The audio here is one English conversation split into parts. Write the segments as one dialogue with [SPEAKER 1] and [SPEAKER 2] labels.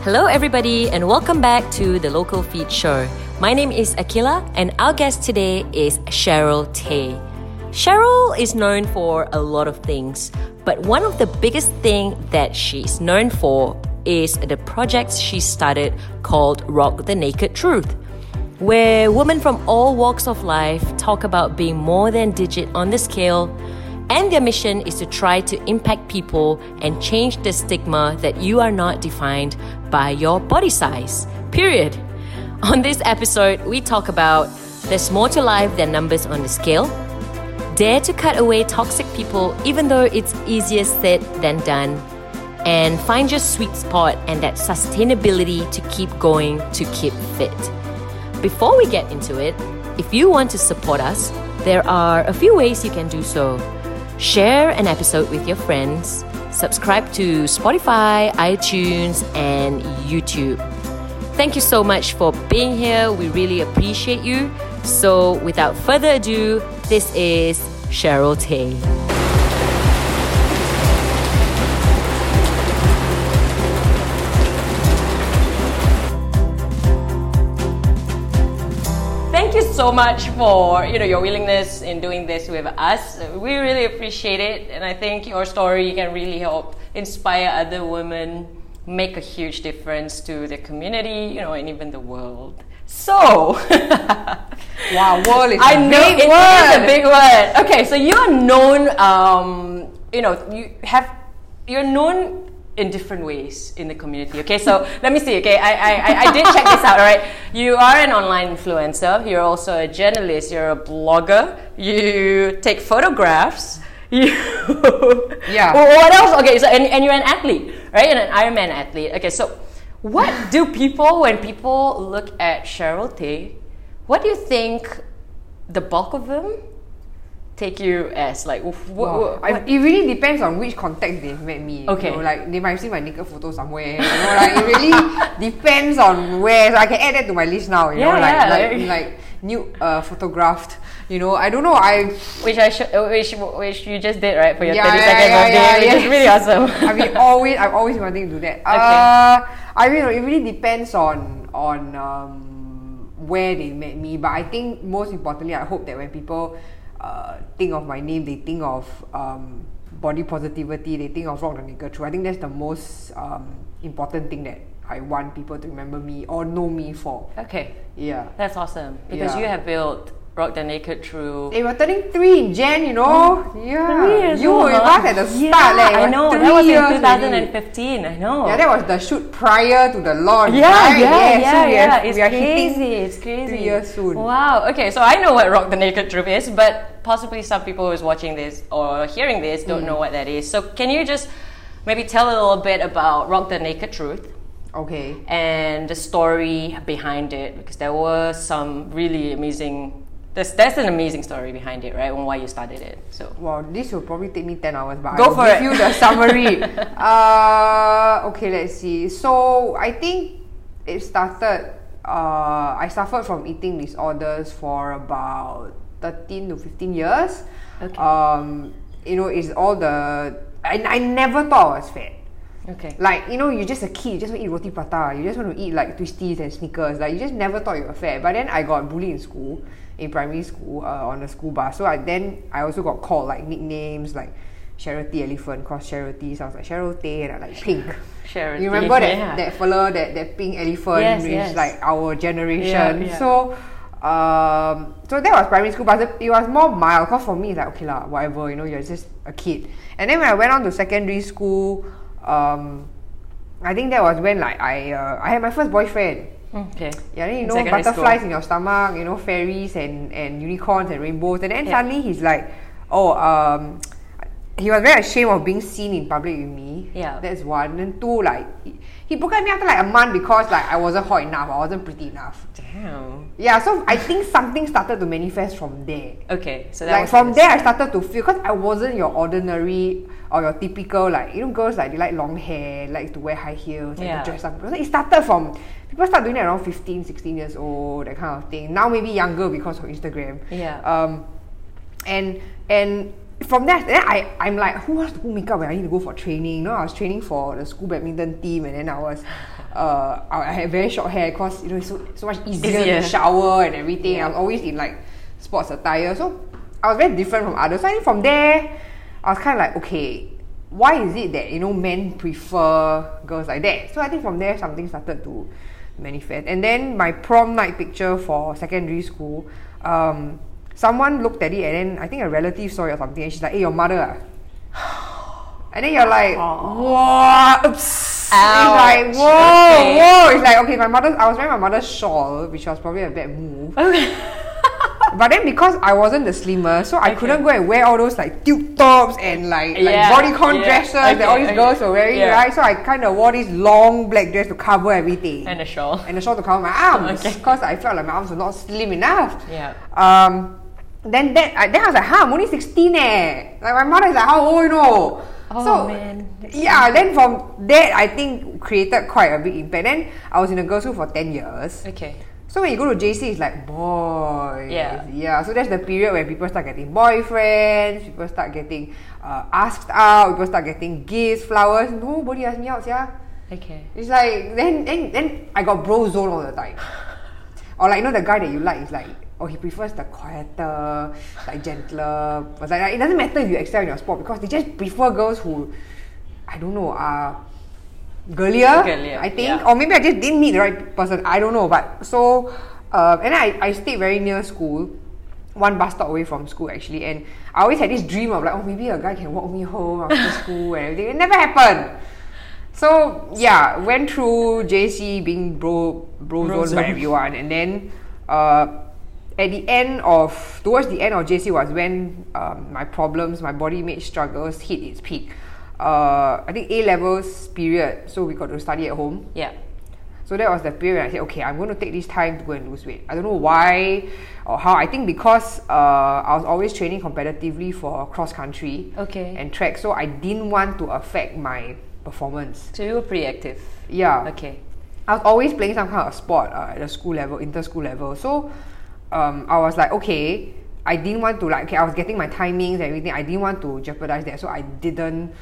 [SPEAKER 1] Hello, everybody, and welcome back to the Local Feed Show. My name is Akila, and our guest today is Cheryl Tay. Cheryl is known for a lot of things, but one of the biggest thing that she's known for is the project she started called Rock the Naked Truth where women from all walks of life talk about being more than digit on the scale and their mission is to try to impact people and change the stigma that you are not defined by your body size period on this episode we talk about there's more to life than numbers on the scale dare to cut away toxic people even though it's easier said than done and find your sweet spot and that sustainability to keep going to keep fit before we get into it, if you want to support us, there are a few ways you can do so. Share an episode with your friends, subscribe to Spotify, iTunes, and YouTube. Thank you so much for being here. We really appreciate you. So, without further ado, this is Cheryl Tay. Thank you so much for you know your willingness in doing this with us. We really appreciate it, and I think your story can really help inspire other women, make a huge difference to the community, you know, and even the world. So,
[SPEAKER 2] Wow, world is
[SPEAKER 1] I
[SPEAKER 2] a
[SPEAKER 1] know
[SPEAKER 2] big
[SPEAKER 1] it is
[SPEAKER 2] word.
[SPEAKER 1] a big word. Okay, so you are known. Um, you know, you have you're known in different ways in the community. Okay, so let me see. Okay, I, I I I did check this out. All right, you are an online influencer. You're also a journalist. You're a blogger. You take photographs. You
[SPEAKER 2] Yeah.
[SPEAKER 1] Wh- What else? Okay, so and, and you're an athlete, right? And an Ironman athlete. Okay, so what do people when people look at Cheryl Tay? What do you think the bulk of them take you as like wh- wh-
[SPEAKER 2] Wow.
[SPEAKER 1] wh-
[SPEAKER 2] I, it really depends on which context they've met me. you
[SPEAKER 1] Okay.
[SPEAKER 2] know, like they might see my naked photo somewhere. You know, like it really depends on where. So I can add that to my list now. You know,
[SPEAKER 1] Yeah,
[SPEAKER 2] like
[SPEAKER 1] yeah,
[SPEAKER 2] like like new uh, photographed. You know, I don't know. I
[SPEAKER 1] which I should, uh, which which you just did right for your
[SPEAKER 2] Yeah,
[SPEAKER 1] thirty
[SPEAKER 2] yeah,
[SPEAKER 1] second
[SPEAKER 2] yeah,
[SPEAKER 1] birthday,
[SPEAKER 2] yeah,
[SPEAKER 1] which
[SPEAKER 2] yeah.
[SPEAKER 1] is really awesome.
[SPEAKER 2] I mean, always I've always wanted to do that. Uh, I mean, it really depends on on um, where they met me, but I think most importantly, I hope that when people uh, think of my name, they think of um, body positivity, they think of rock the nigger true. I think that's the most um, important thing that I want people to remember me or know me for.
[SPEAKER 1] okay,
[SPEAKER 2] Yeah.
[SPEAKER 1] that's awesome because
[SPEAKER 2] Yeah.
[SPEAKER 1] you have built Rock the Naked through.
[SPEAKER 2] They were turning three in Jan, you know. yeah,
[SPEAKER 1] Years
[SPEAKER 2] you
[SPEAKER 1] old,
[SPEAKER 2] were with
[SPEAKER 1] huh?
[SPEAKER 2] us at the
[SPEAKER 1] Yeah,
[SPEAKER 2] start, like, it
[SPEAKER 1] I
[SPEAKER 2] was
[SPEAKER 1] know
[SPEAKER 2] three
[SPEAKER 1] that was in
[SPEAKER 2] years already.
[SPEAKER 1] 2015. I know.
[SPEAKER 2] Yeah, that was the shoot prior to the launch.
[SPEAKER 1] Yeah,
[SPEAKER 2] right?
[SPEAKER 1] yeah, yeah,
[SPEAKER 2] so we
[SPEAKER 1] yeah.
[SPEAKER 2] are,
[SPEAKER 1] It's
[SPEAKER 2] we are
[SPEAKER 1] crazy.
[SPEAKER 2] hitting
[SPEAKER 1] It's crazy.
[SPEAKER 2] three years soon.
[SPEAKER 1] Wow. Okay, so I know what Rock the Naked Truth is, but possibly some people who's watching this or hearing this don't know
[SPEAKER 2] Mm.
[SPEAKER 1] what that is. So can you just maybe tell a little bit about Rock the Naked Truth
[SPEAKER 2] Okay.
[SPEAKER 1] and the story behind it? Because there were some really amazing. There's, there's an amazing story behind it, right? On why you started it. So
[SPEAKER 2] Wow, this will probably take me 10 hours, but
[SPEAKER 1] Go
[SPEAKER 2] I'll
[SPEAKER 1] for
[SPEAKER 2] give
[SPEAKER 1] it.
[SPEAKER 2] you the summary. uh, okay, let's see. So, I think it started, uh, I suffered from eating disorders for about 13 to 15 years.
[SPEAKER 1] Okay.
[SPEAKER 2] Um, you know, it's all the. I, I never thought I was fat.
[SPEAKER 1] okay.
[SPEAKER 2] Like, you know, you're just a kid, you just want to eat roti prata, you just want to eat like twisties and sneakers. Like, you just never thought you were fat. But then I got bullied in school, in primary school, uh, on the school bus. So I then I also got called like nicknames like Charity Elephant, cause Charity sounds like Cheryl Tay, and I like pink.
[SPEAKER 1] Sharon.
[SPEAKER 2] You remember that,
[SPEAKER 1] Yeah.
[SPEAKER 2] that fella, that, that pink elephant,
[SPEAKER 1] Yes,
[SPEAKER 2] which
[SPEAKER 1] yes.
[SPEAKER 2] like our generation.
[SPEAKER 1] Yeah, yeah.
[SPEAKER 2] So, um, so that was primary school, but the- it was more mild. Cause for me, it's like okay lah, whatever. You know, you're just a kid. And then when I went on to secondary school, um, I think that was when like I uh, I had my first boyfriend.
[SPEAKER 1] Okay.
[SPEAKER 2] Yeah, then you
[SPEAKER 1] In
[SPEAKER 2] know
[SPEAKER 1] secondary
[SPEAKER 2] butterflies
[SPEAKER 1] school.
[SPEAKER 2] in your stomach, you know fairies and and unicorns and rainbows, and then
[SPEAKER 1] Yeah.
[SPEAKER 2] suddenly he's like, oh um, he was very ashamed of being seen in public with me.
[SPEAKER 1] Yeah.
[SPEAKER 2] that's one. And two, like he- he broke up with me after like a month because like I wasn't hot enough, I wasn't pretty enough.
[SPEAKER 1] Damn.
[SPEAKER 2] Yeah, so I think something started to manifest from there.
[SPEAKER 1] Okay. So that
[SPEAKER 2] Like
[SPEAKER 1] was
[SPEAKER 2] from
[SPEAKER 1] this-
[SPEAKER 2] there, I started to feel because I wasn't your ordinary or your typical like you know girls like they like long hair, like to wear high heels, like
[SPEAKER 1] Yeah.
[SPEAKER 2] to dress up. So it started from people start doing it around 15, 16 years old, that kind of thing. Now maybe younger because of Instagram.
[SPEAKER 1] Yeah.
[SPEAKER 2] Um, and and from that, then I I'm like, who wants to put makeup when I need to go for training? You know, I was training for the school badminton team, and then I was. uh, I I had very short hair because you know it's so, so much easier
[SPEAKER 1] Easier.
[SPEAKER 2] to shower and everything. I was always in like sports attire, so I was very different from others. So I think from there, I was kind of like, okay, why is it that you know men prefer girls like that? So I think from there something started to manifest. And then my prom night picture for secondary school, um, someone looked at it and then I think a relative saw it or something, and she's like, "Hey, your mother." ah." And then you're like, what? Oops. It's like,
[SPEAKER 1] Ouch.
[SPEAKER 2] whoa,
[SPEAKER 1] Okay.
[SPEAKER 2] whoa. Oh, It's like, okay, my mother, I was wearing my mother's shawl, which was probably a bad move. But then because I wasn't the slimmer, so I
[SPEAKER 1] Okay.
[SPEAKER 2] couldn't go and wear all those like tube tops and like, like
[SPEAKER 1] Yeah,
[SPEAKER 2] bodycon
[SPEAKER 1] yeah.
[SPEAKER 2] dresses that
[SPEAKER 1] Okay,
[SPEAKER 2] all
[SPEAKER 1] okay.
[SPEAKER 2] these girls were wearing,
[SPEAKER 1] Yeah.
[SPEAKER 2] right? So I kind of wore this long black dress to cover everything.
[SPEAKER 1] and a shawl.
[SPEAKER 2] and a shawl to cover my arms
[SPEAKER 1] Okay.
[SPEAKER 2] because I felt like my arms were not slim enough.
[SPEAKER 1] Yeah.
[SPEAKER 2] Um, then that I, then I was like, huh, I'm only 16 eh. Like my mother is like, how old you know?
[SPEAKER 1] Oh, man.
[SPEAKER 2] Yeah, then from that I think created quite a big impact. Then I was in a girls' school for 10 years.
[SPEAKER 1] Okay.
[SPEAKER 2] So when you go to JC, it's like boy.
[SPEAKER 1] Yeah.
[SPEAKER 2] Yeah. So that's the period where people start getting boyfriends, people start getting uh, asked out, people start getting gifts, flowers. Nobody asked me out, yeah.
[SPEAKER 1] Okay.
[SPEAKER 2] It's like then then then I got bro zone all the time. or like you know the guy that you like is like oh he prefers the quieter, like gentler. But like it doesn't matter if you excel in your sport because they just prefer girls who I don't know are girlier.
[SPEAKER 1] Girlier,
[SPEAKER 2] I think
[SPEAKER 1] yeah.
[SPEAKER 2] or maybe I just didn't meet the right person. I don't know. But so uh, and then I I stayed very near school. One bus stop away from school actually, and I always had this dream of like, oh, maybe a guy can walk me home after school and everything. It never happened. So yeah, went through JC being bro bro
[SPEAKER 1] Bro
[SPEAKER 2] zoned by
[SPEAKER 1] zone.
[SPEAKER 2] everyone, and then uh, at the end of towards the end of JC was when um, my problems, my body image struggles hit its peak. Uh, I think A levels period, so we got to study at home.
[SPEAKER 1] Yeah.
[SPEAKER 2] So that was the period when I said, okay, I'm going to take this time to go and lose weight. I don't know why or how. I think because uh, I was always training competitively for cross country
[SPEAKER 1] Okay.
[SPEAKER 2] and track, so I didn't want to affect my performance.
[SPEAKER 1] So you were pretty active.
[SPEAKER 2] Yeah.
[SPEAKER 1] Okay.
[SPEAKER 2] I was always playing some kind of sport uh, at the school level, inter school level. So um, I was like, okay, I didn't want to like, okay, I was getting my timings and everything. I didn't want to jeopardize that, so I didn't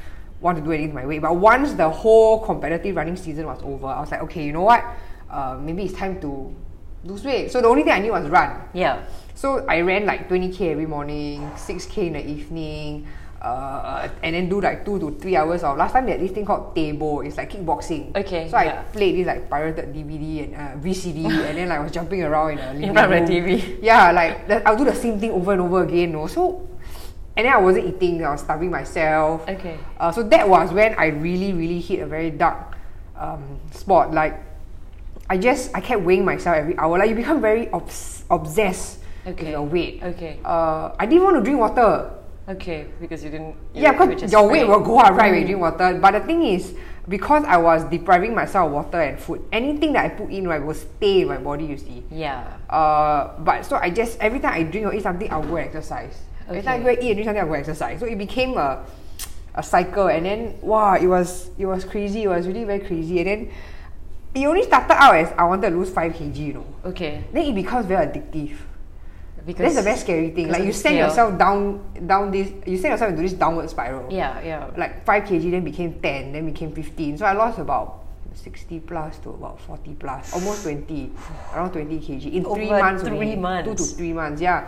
[SPEAKER 2] want to do anything to my weight. But once the whole competitive running season was over, I was like, okay, you know what? Uh, maybe it's time to lose weight. So the only thing I knew was run.
[SPEAKER 1] Yeah.
[SPEAKER 2] So I ran like 20k every morning, 6k in the evening, uh, and then do like two to three hours of. Last time they had this thing called table. It's like kickboxing.
[SPEAKER 1] Okay,
[SPEAKER 2] So I
[SPEAKER 1] yeah.
[SPEAKER 2] played this like pirated DVD and uh, VCD, and then like I was jumping around in a living
[SPEAKER 1] front of the
[SPEAKER 2] room.
[SPEAKER 1] TV.
[SPEAKER 2] Yeah, like that, I'll do the same thing over and over again. No, so. And then I wasn't eating, I was starving myself.
[SPEAKER 1] Okay.
[SPEAKER 2] Uh, so that was when I really, really hit a very dark um, spot. Like, I just I kept weighing myself every hour. Like, you become very obs- obsessed
[SPEAKER 1] Okay.
[SPEAKER 2] with your weight.
[SPEAKER 1] Okay.
[SPEAKER 2] Uh, I didn't want to drink water.
[SPEAKER 1] Okay. Because you didn't. you
[SPEAKER 2] yeah,
[SPEAKER 1] were
[SPEAKER 2] because
[SPEAKER 1] just Mm.
[SPEAKER 2] your weight
[SPEAKER 1] afraid.
[SPEAKER 2] will go up, right? When you drink water. But the thing is, because I was depriving myself of water and food, anything that I put in right will stay in my body. You see.
[SPEAKER 1] Yeah.
[SPEAKER 2] Uh, but so I just every time I drink or eat something, I'll go and exercise. Every time I go
[SPEAKER 1] Okay.
[SPEAKER 2] and eat and drink something, I'll go and exercise. So it became a a cycle, and then wow, it was it was crazy. It was really very crazy, and then it only started out as I wanted to lose five kg, you know.
[SPEAKER 1] Okay.
[SPEAKER 2] Then it becomes very addictive.
[SPEAKER 1] Because
[SPEAKER 2] That's the very scary thing.
[SPEAKER 1] because
[SPEAKER 2] Like
[SPEAKER 1] of
[SPEAKER 2] you
[SPEAKER 1] the
[SPEAKER 2] send
[SPEAKER 1] scale.
[SPEAKER 2] yourself down, down this. You send yourself into this downward spiral.
[SPEAKER 1] Yeah. Yeah.
[SPEAKER 2] Like five kg, then became ten, then became fifteen. So I lost about sixty plus to about forty plus, almost twenty, around twenty kg in three
[SPEAKER 1] Over
[SPEAKER 2] months.
[SPEAKER 1] three
[SPEAKER 2] only.
[SPEAKER 1] months.
[SPEAKER 2] Two to three months. Yeah.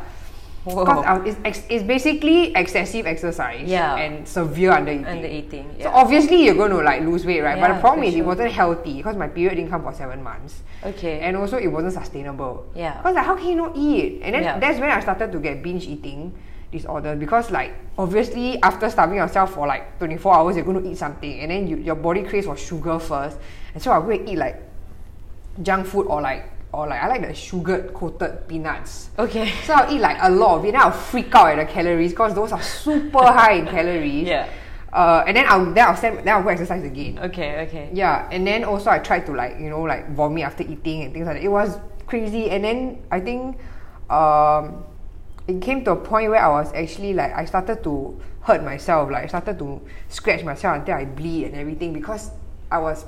[SPEAKER 1] Whoa.
[SPEAKER 2] Because I was- it's, ex- it's basically excessive exercise
[SPEAKER 1] Yeah.
[SPEAKER 2] and severe under eating.
[SPEAKER 1] Under eating.
[SPEAKER 2] So
[SPEAKER 1] Yeah.
[SPEAKER 2] obviously you're going to like lose weight, right? but
[SPEAKER 1] Yeah,
[SPEAKER 2] the problem
[SPEAKER 1] for
[SPEAKER 2] is it
[SPEAKER 1] sure.
[SPEAKER 2] wasn't healthy because my period didn't come for seven months.
[SPEAKER 1] okay.
[SPEAKER 2] And also, it wasn't sustainable.
[SPEAKER 1] Yeah.
[SPEAKER 2] Because Uh, like, how can you not eat? And then
[SPEAKER 1] Yeah.
[SPEAKER 2] that's when I started to get binge eating disorder because like obviously after starving yourself for like 24 hours you're going to eat something and then you, your body craves for sugar first and so i would eat like junk food or like or like i like the sugar coated peanuts
[SPEAKER 1] okay.
[SPEAKER 2] so I'll eat like a lot of it, and I'll freak out at the calories because those are super high in calories.
[SPEAKER 1] Yeah.
[SPEAKER 2] Uh, and then I'll then I'll send, then I'll go exercise again.
[SPEAKER 1] Okay. Okay.
[SPEAKER 2] Yeah. And then also I tried to like you know like vomit after eating and things like that. It was crazy. And then I think um, it came to a point where I was actually like I started to hurt myself. Like I started to scratch myself until I bleed and everything because I was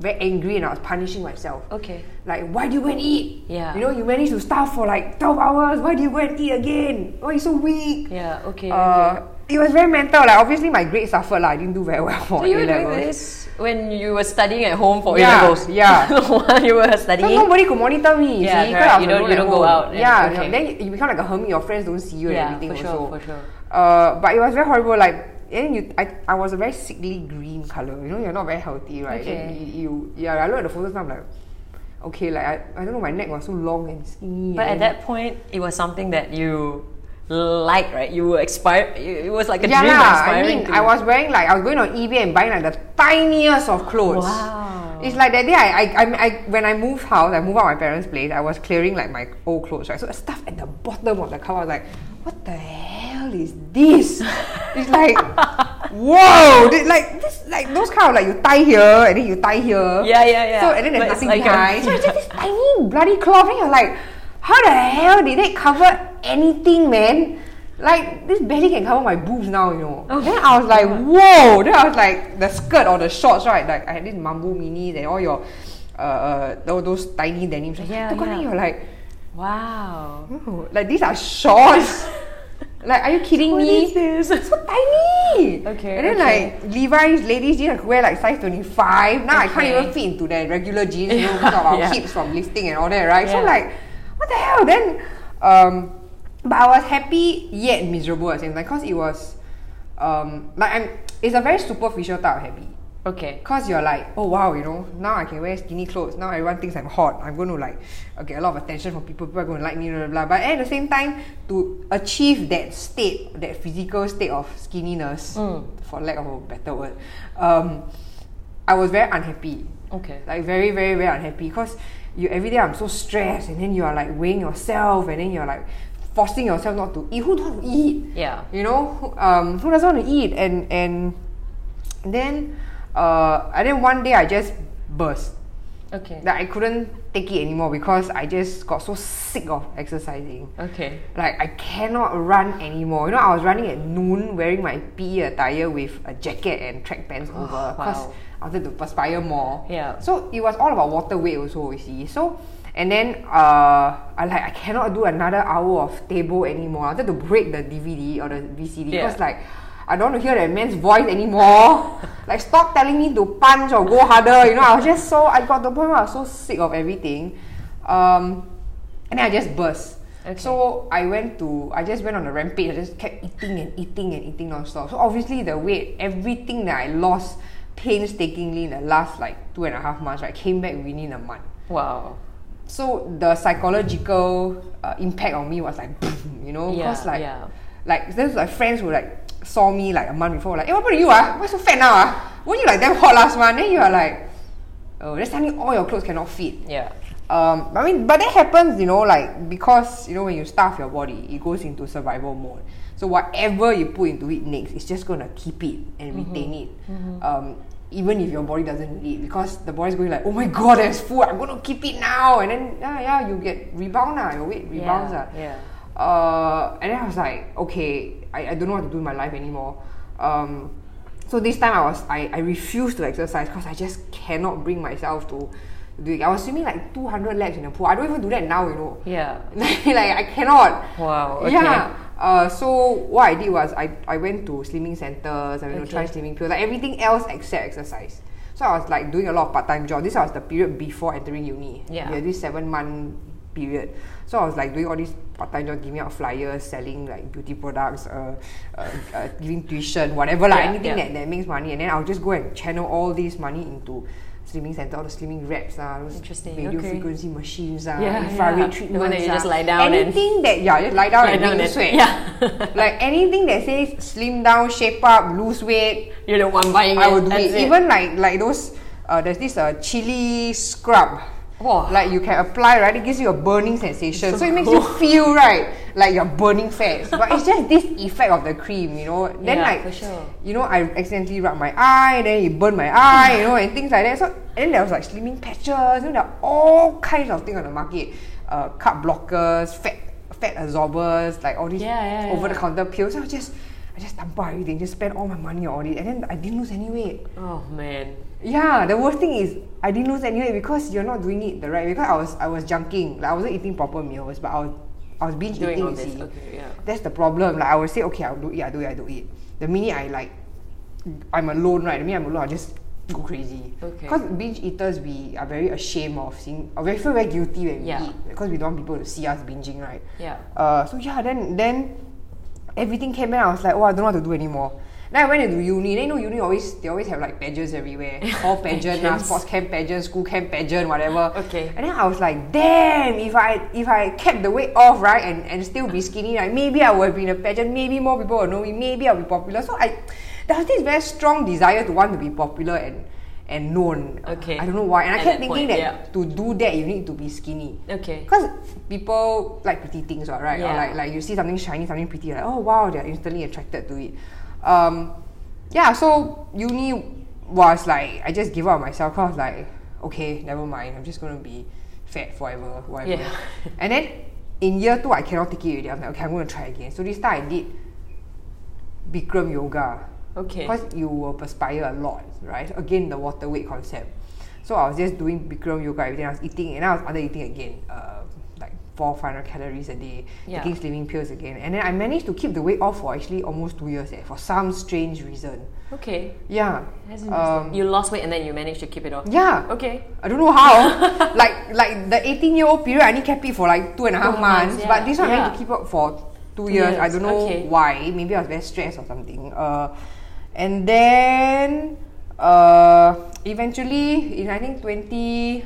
[SPEAKER 2] very angry and I was punishing myself.
[SPEAKER 1] Okay.
[SPEAKER 2] Like, why do you go and eat?
[SPEAKER 1] Yeah.
[SPEAKER 2] You know, you managed to starve for like 12 hours. Why do you go and eat again? Why you so weak?
[SPEAKER 1] Yeah. Okay. okay.
[SPEAKER 2] Uh, it was very mental. Like obviously my grades suffered. Like I didn't do very well for
[SPEAKER 1] So you
[SPEAKER 2] A
[SPEAKER 1] were doing
[SPEAKER 2] levels.
[SPEAKER 1] this when you were studying at home for
[SPEAKER 2] Yeah,
[SPEAKER 1] A levels.
[SPEAKER 2] yeah.
[SPEAKER 1] While you were
[SPEAKER 2] So
[SPEAKER 1] studying.
[SPEAKER 2] nobody could monitor
[SPEAKER 1] Eh? Yeah,
[SPEAKER 2] me.
[SPEAKER 1] correct.
[SPEAKER 2] see, because I was
[SPEAKER 1] You don't-
[SPEAKER 2] alone
[SPEAKER 1] you
[SPEAKER 2] at
[SPEAKER 1] don't go
[SPEAKER 2] home.
[SPEAKER 1] out and-
[SPEAKER 2] Yeah,
[SPEAKER 1] okay.
[SPEAKER 2] then you become like a hermit. Your friends don't see you
[SPEAKER 1] Yeah,
[SPEAKER 2] and
[SPEAKER 1] for
[SPEAKER 2] everything.
[SPEAKER 1] sure,
[SPEAKER 2] also.
[SPEAKER 1] for sure.
[SPEAKER 2] Uh, but it was very horrible. Like and then you, I, I was a very sickly green color. You know, you're not very healthy, right?
[SPEAKER 1] Okay.
[SPEAKER 2] Then you, you, yeah. I look at the photos now. I'm like, okay, like I, I don't know. My neck was so long and skinny.
[SPEAKER 1] But at
[SPEAKER 2] and
[SPEAKER 1] that point, it was something that you liked, right? You were expired. It was like a
[SPEAKER 2] yeah,
[SPEAKER 1] dream
[SPEAKER 2] lah. I
[SPEAKER 1] inspiring
[SPEAKER 2] mean,
[SPEAKER 1] to
[SPEAKER 2] I
[SPEAKER 1] you.
[SPEAKER 2] was wearing like I was going on eBay and buying like the tiniest of clothes.
[SPEAKER 1] Wow.
[SPEAKER 2] It's like that day I, I, I, I when I moved house, I moved out my parents' place. I was clearing like my old clothes, right? So stuff at the bottom of the cupboard. I was like, what the hell is this? it's like, whoa! This, like this, like those kind of like you tie here and then you tie here.
[SPEAKER 1] Yeah, yeah, yeah.
[SPEAKER 2] So and then there's
[SPEAKER 1] But it's like
[SPEAKER 2] nothing
[SPEAKER 1] um, a-
[SPEAKER 2] behind. so it's just this tiny bloody cloth. And you're like, how the hell did they cover anything, man? Like this barely can cover my boobs now, you know.
[SPEAKER 1] Oh,
[SPEAKER 2] then I was like, whoa. Then I was like, the skirt or the shorts, right? Like I had this mambo minis and all your, uh, uh tho- those tiny denims. Like,
[SPEAKER 1] Yeah,
[SPEAKER 2] look at
[SPEAKER 1] yeah.
[SPEAKER 2] me, You're like,
[SPEAKER 1] wow.
[SPEAKER 2] oh, like these are shorts. like, are you kidding
[SPEAKER 1] What
[SPEAKER 2] me?
[SPEAKER 1] is this?
[SPEAKER 2] so tiny.
[SPEAKER 1] Okay,
[SPEAKER 2] And then
[SPEAKER 1] okay.
[SPEAKER 2] like Levi's ladies jeans I could wear like size twenty five. Now I can't
[SPEAKER 1] Okay.
[SPEAKER 2] even fit into their regular jeans, you know, because of our
[SPEAKER 1] Yeah.
[SPEAKER 2] hips from lifting and all that, right? So
[SPEAKER 1] Yeah.
[SPEAKER 2] like, what the hell? Then um but I was happy yet miserable at the same time because it was um like I'm it's a very superficial type of happy.
[SPEAKER 1] Okay.
[SPEAKER 2] Cause you're like, oh wow, you know, now I can wear skinny clothes. Now everyone thinks I'm hot. I'm going to like uh, get a lot of attention from people. People are going to like me, blah, blah blah. But at the same time, to achieve that state, that physical state of skinniness, for lack of a better word, um, I was very unhappy.
[SPEAKER 1] Okay.
[SPEAKER 2] Like very very very unhappy. Cause you every day I'm so stressed, and then you are like weighing yourself, and then you're like forcing yourself not to eat. Who don't want to eat?
[SPEAKER 1] Yeah.
[SPEAKER 2] you know who, um, who doesn't want to eat and and then uh, and then one day I just burst
[SPEAKER 1] Okay.
[SPEAKER 2] that I couldn't take it anymore because I just got so sick of exercising
[SPEAKER 1] Okay.
[SPEAKER 2] like I cannot run anymore you know I was running at noon wearing my PE attire with a jacket and track pants over because
[SPEAKER 1] Oh, wow.
[SPEAKER 2] I wanted to perspire more
[SPEAKER 1] Yeah.
[SPEAKER 2] so it was all about water weight also you see so and then uh, I like I cannot do another hour of table anymore. I wanted to break the DVD or the VCD
[SPEAKER 1] Yeah.
[SPEAKER 2] because like I don't want to hear that man's voice anymore. like stop telling me to punch or go harder. You know, I was just so I got to the point where I was so sick of everything. Um, and then I just burst.
[SPEAKER 1] Okay.
[SPEAKER 2] So I went to I just went on a rampage. I just kept eating and eating and eating non-stop. So obviously the weight, everything that I lost painstakingly in the last like two and a half months, I came back within a month.
[SPEAKER 1] Wow.
[SPEAKER 2] So the psychological uh, impact on me was like, boom, you know,
[SPEAKER 1] Yeah,
[SPEAKER 2] because like,
[SPEAKER 1] yeah.
[SPEAKER 2] like there's like friends who like saw me like a month before, like, hey, what happened to you? Ah, why so fat now? Ah, weren't you like damn hot last month? Then you are like, oh, that's suddenly all your clothes cannot fit.
[SPEAKER 1] Yeah.
[SPEAKER 2] Um, I mean, but that happens, you know, like because you know when you starve your body, it goes into survival mode. So whatever you put into it next, it's just gonna keep it and
[SPEAKER 1] Mm-hmm.
[SPEAKER 2] retain it. Um, even if your body doesn't need it, because the body's going like, oh my god, there's food, I'm gonna keep it now, and then yeah, yeah, you get rebound now, your weight rebounds ah.
[SPEAKER 1] Yeah.
[SPEAKER 2] Uh, and then I was like, okay, I, I don't know what to do in my life anymore. Um, so this time I was I, I refused to exercise because I just cannot bring myself to do it. I was swimming like 200 laps in the pool. I don't even do that now, you know.
[SPEAKER 1] Yeah.
[SPEAKER 2] like I cannot.
[SPEAKER 1] Wow, okay.
[SPEAKER 2] Yeah. Uh, so what I did was I, I went to slimming centers, I went to
[SPEAKER 1] Okay.
[SPEAKER 2] try slimming pills, like everything else except exercise. So I was like doing a lot of part-time jobs. This was the period before entering uni.
[SPEAKER 1] Yeah.
[SPEAKER 2] We had this seven month period. So I was like doing all these part-time jobs, giving out flyers, selling like beauty products, uh, uh, uh, giving tuition, whatever like
[SPEAKER 1] Yeah,
[SPEAKER 2] anything
[SPEAKER 1] yeah.
[SPEAKER 2] That, that makes money. And then I'll just go and channel all this money into slimming center, all the slimming reps, uh, those
[SPEAKER 1] Interesting,
[SPEAKER 2] radio
[SPEAKER 1] okay.
[SPEAKER 2] frequency machines, uh,
[SPEAKER 1] Yeah,
[SPEAKER 2] infrared
[SPEAKER 1] yeah. The
[SPEAKER 2] treatments.
[SPEAKER 1] one that you
[SPEAKER 2] ah.
[SPEAKER 1] just lie down and-
[SPEAKER 2] anything that, yeah, just lie down
[SPEAKER 1] Lie
[SPEAKER 2] and
[SPEAKER 1] down
[SPEAKER 2] make you
[SPEAKER 1] and-
[SPEAKER 2] sweat.
[SPEAKER 1] yeah.
[SPEAKER 2] like anything that says slim down, shape up, lose weight,
[SPEAKER 1] You're the one buying
[SPEAKER 2] I
[SPEAKER 1] it.
[SPEAKER 2] will do
[SPEAKER 1] That's
[SPEAKER 2] it. Even like like those uh, there's this uh, chili scrub.
[SPEAKER 1] Whoa.
[SPEAKER 2] Like you can apply, right? It gives you a burning sensation.
[SPEAKER 1] So
[SPEAKER 2] So, it makes you feel right like you're burning fats. but it's just this effect of the cream, you know. Then
[SPEAKER 1] Yeah,
[SPEAKER 2] like
[SPEAKER 1] for sure.
[SPEAKER 2] you know, I accidentally rub my eye, then it burned my eye, you know, and things like that. So and then there was like slimming patches, you know, there are all kinds of things on the market. Uh, carb blockers, fat fat absorbers, like all these
[SPEAKER 1] Yeah, yeah, yeah.
[SPEAKER 2] over the counter pills. So I just I just tampar everything, just spend all my money on all it, and then I didn't lose any weight.
[SPEAKER 1] Oh man.
[SPEAKER 2] Yeah, the worst thing is I didn't lose any weight because you're not doing it the right way. Because I was I was junking, like I wasn't eating proper meals, but I was I was binge
[SPEAKER 1] Doing
[SPEAKER 2] eating.
[SPEAKER 1] all
[SPEAKER 2] you
[SPEAKER 1] this,
[SPEAKER 2] see.
[SPEAKER 1] okay, yeah.
[SPEAKER 2] That's the problem. Like I would say, okay, I'll do it, I do it, I do it. The minute I like, I'm alone, right? The minute I'm alone, I just go crazy.
[SPEAKER 1] Okay.
[SPEAKER 2] Because binge eaters, we are very ashamed of seeing. Or we feel very guilty when
[SPEAKER 1] Yeah.
[SPEAKER 2] we eat because we don't want people to see us binging, right?
[SPEAKER 1] Yeah.
[SPEAKER 2] Uh, so yeah, then then everything came and I was like, oh, I don't know what to do anymore. Then I went into uni. Then you know, uni always they always have like pageants everywhere. Hall pageant, lah,
[SPEAKER 1] Pageants.
[SPEAKER 2] sports camp pageant, school camp pageant, whatever.
[SPEAKER 1] Okay.
[SPEAKER 2] And then I was like, damn, if I if I kept the weight off, right, and, and still be skinny, like maybe I would have been a pageant, maybe more people would know me, maybe I'll be popular. So I there was this very strong desire to want to be popular and and known.
[SPEAKER 1] Okay.
[SPEAKER 2] I don't know why. And I
[SPEAKER 1] At that
[SPEAKER 2] kept
[SPEAKER 1] point,
[SPEAKER 2] thinking that
[SPEAKER 1] yeah.
[SPEAKER 2] to do that you need to be skinny.
[SPEAKER 1] Okay.
[SPEAKER 2] Because people like pretty things, what, right? Or
[SPEAKER 1] Yeah.
[SPEAKER 2] like like you see something shiny, something pretty, like oh wow, they're instantly attracted to it. Um, yeah. So uni was like I just gave up on myself. Cause I was like okay, never mind. I'm just gonna be fat forever, whatever.
[SPEAKER 1] Yeah.
[SPEAKER 2] and then in year two, I cannot take it already. I'm like okay, I'm gonna try again. So this time I did Bikram yoga.
[SPEAKER 1] Okay.
[SPEAKER 2] Because you will perspire a lot, right? Again, the water weight concept. So I was just doing Bikram yoga everything. I was eating and I was under eating again, uh, like four five hundred calories a day,
[SPEAKER 1] Yeah.
[SPEAKER 2] taking sleeping pills again. And then I managed to keep the weight off for actually almost two years eh, for some strange reason.
[SPEAKER 1] Okay.
[SPEAKER 2] Yeah.
[SPEAKER 1] That's
[SPEAKER 2] Um,
[SPEAKER 1] interesting. you lost weight and then you managed to keep it off.
[SPEAKER 2] yeah.
[SPEAKER 1] Okay.
[SPEAKER 2] I don't know how. like like the eighteen year old period, I only kept it for like two and a half
[SPEAKER 1] Two months,
[SPEAKER 2] months. But
[SPEAKER 1] yeah.
[SPEAKER 2] this one I
[SPEAKER 1] Yeah.
[SPEAKER 2] managed to keep up for two
[SPEAKER 1] Two
[SPEAKER 2] years. I
[SPEAKER 1] years,
[SPEAKER 2] don't know
[SPEAKER 1] okay.
[SPEAKER 2] why. Maybe I was very stressed or something. Uh, and then uh, eventually in I think twenty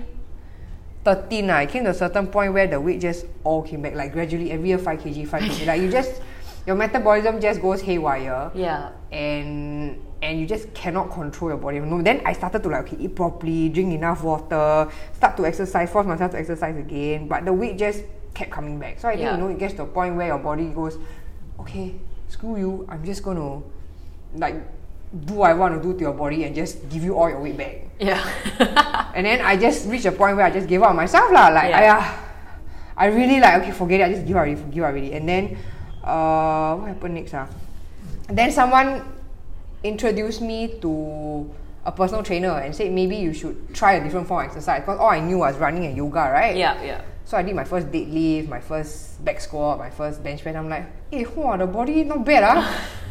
[SPEAKER 2] thirteen, I came to a certain point where the weight just all came back. Like gradually, every year five kg, five kg. like you just your metabolism just goes haywire
[SPEAKER 1] Yeah.
[SPEAKER 2] and and you just cannot control your body. No, then I started to like okay, eat properly, drink enough water, start to exercise, force myself to exercise again. But the weight just kept coming back. So I think
[SPEAKER 1] Yeah.
[SPEAKER 2] you know it gets to a point where your body goes, okay, screw you. I'm just gonna like do what I want to do to your body and just give you all your weight back.
[SPEAKER 1] Yeah.
[SPEAKER 2] And then I just reached a point where I just gave up on myself lah. Like
[SPEAKER 1] Yeah.
[SPEAKER 2] I, I really like okay, forget it. I just give up already, give up already. And then, uh, what happened next ah? Then someone introduced me to a personal trainer and said maybe you should try a different form of exercise because all I knew was running and yoga, right?
[SPEAKER 1] yeah. Yeah.
[SPEAKER 2] So I did my first deadlift, my first back squat, my first bench press. I'm like, hey, wow, the body not bad ah.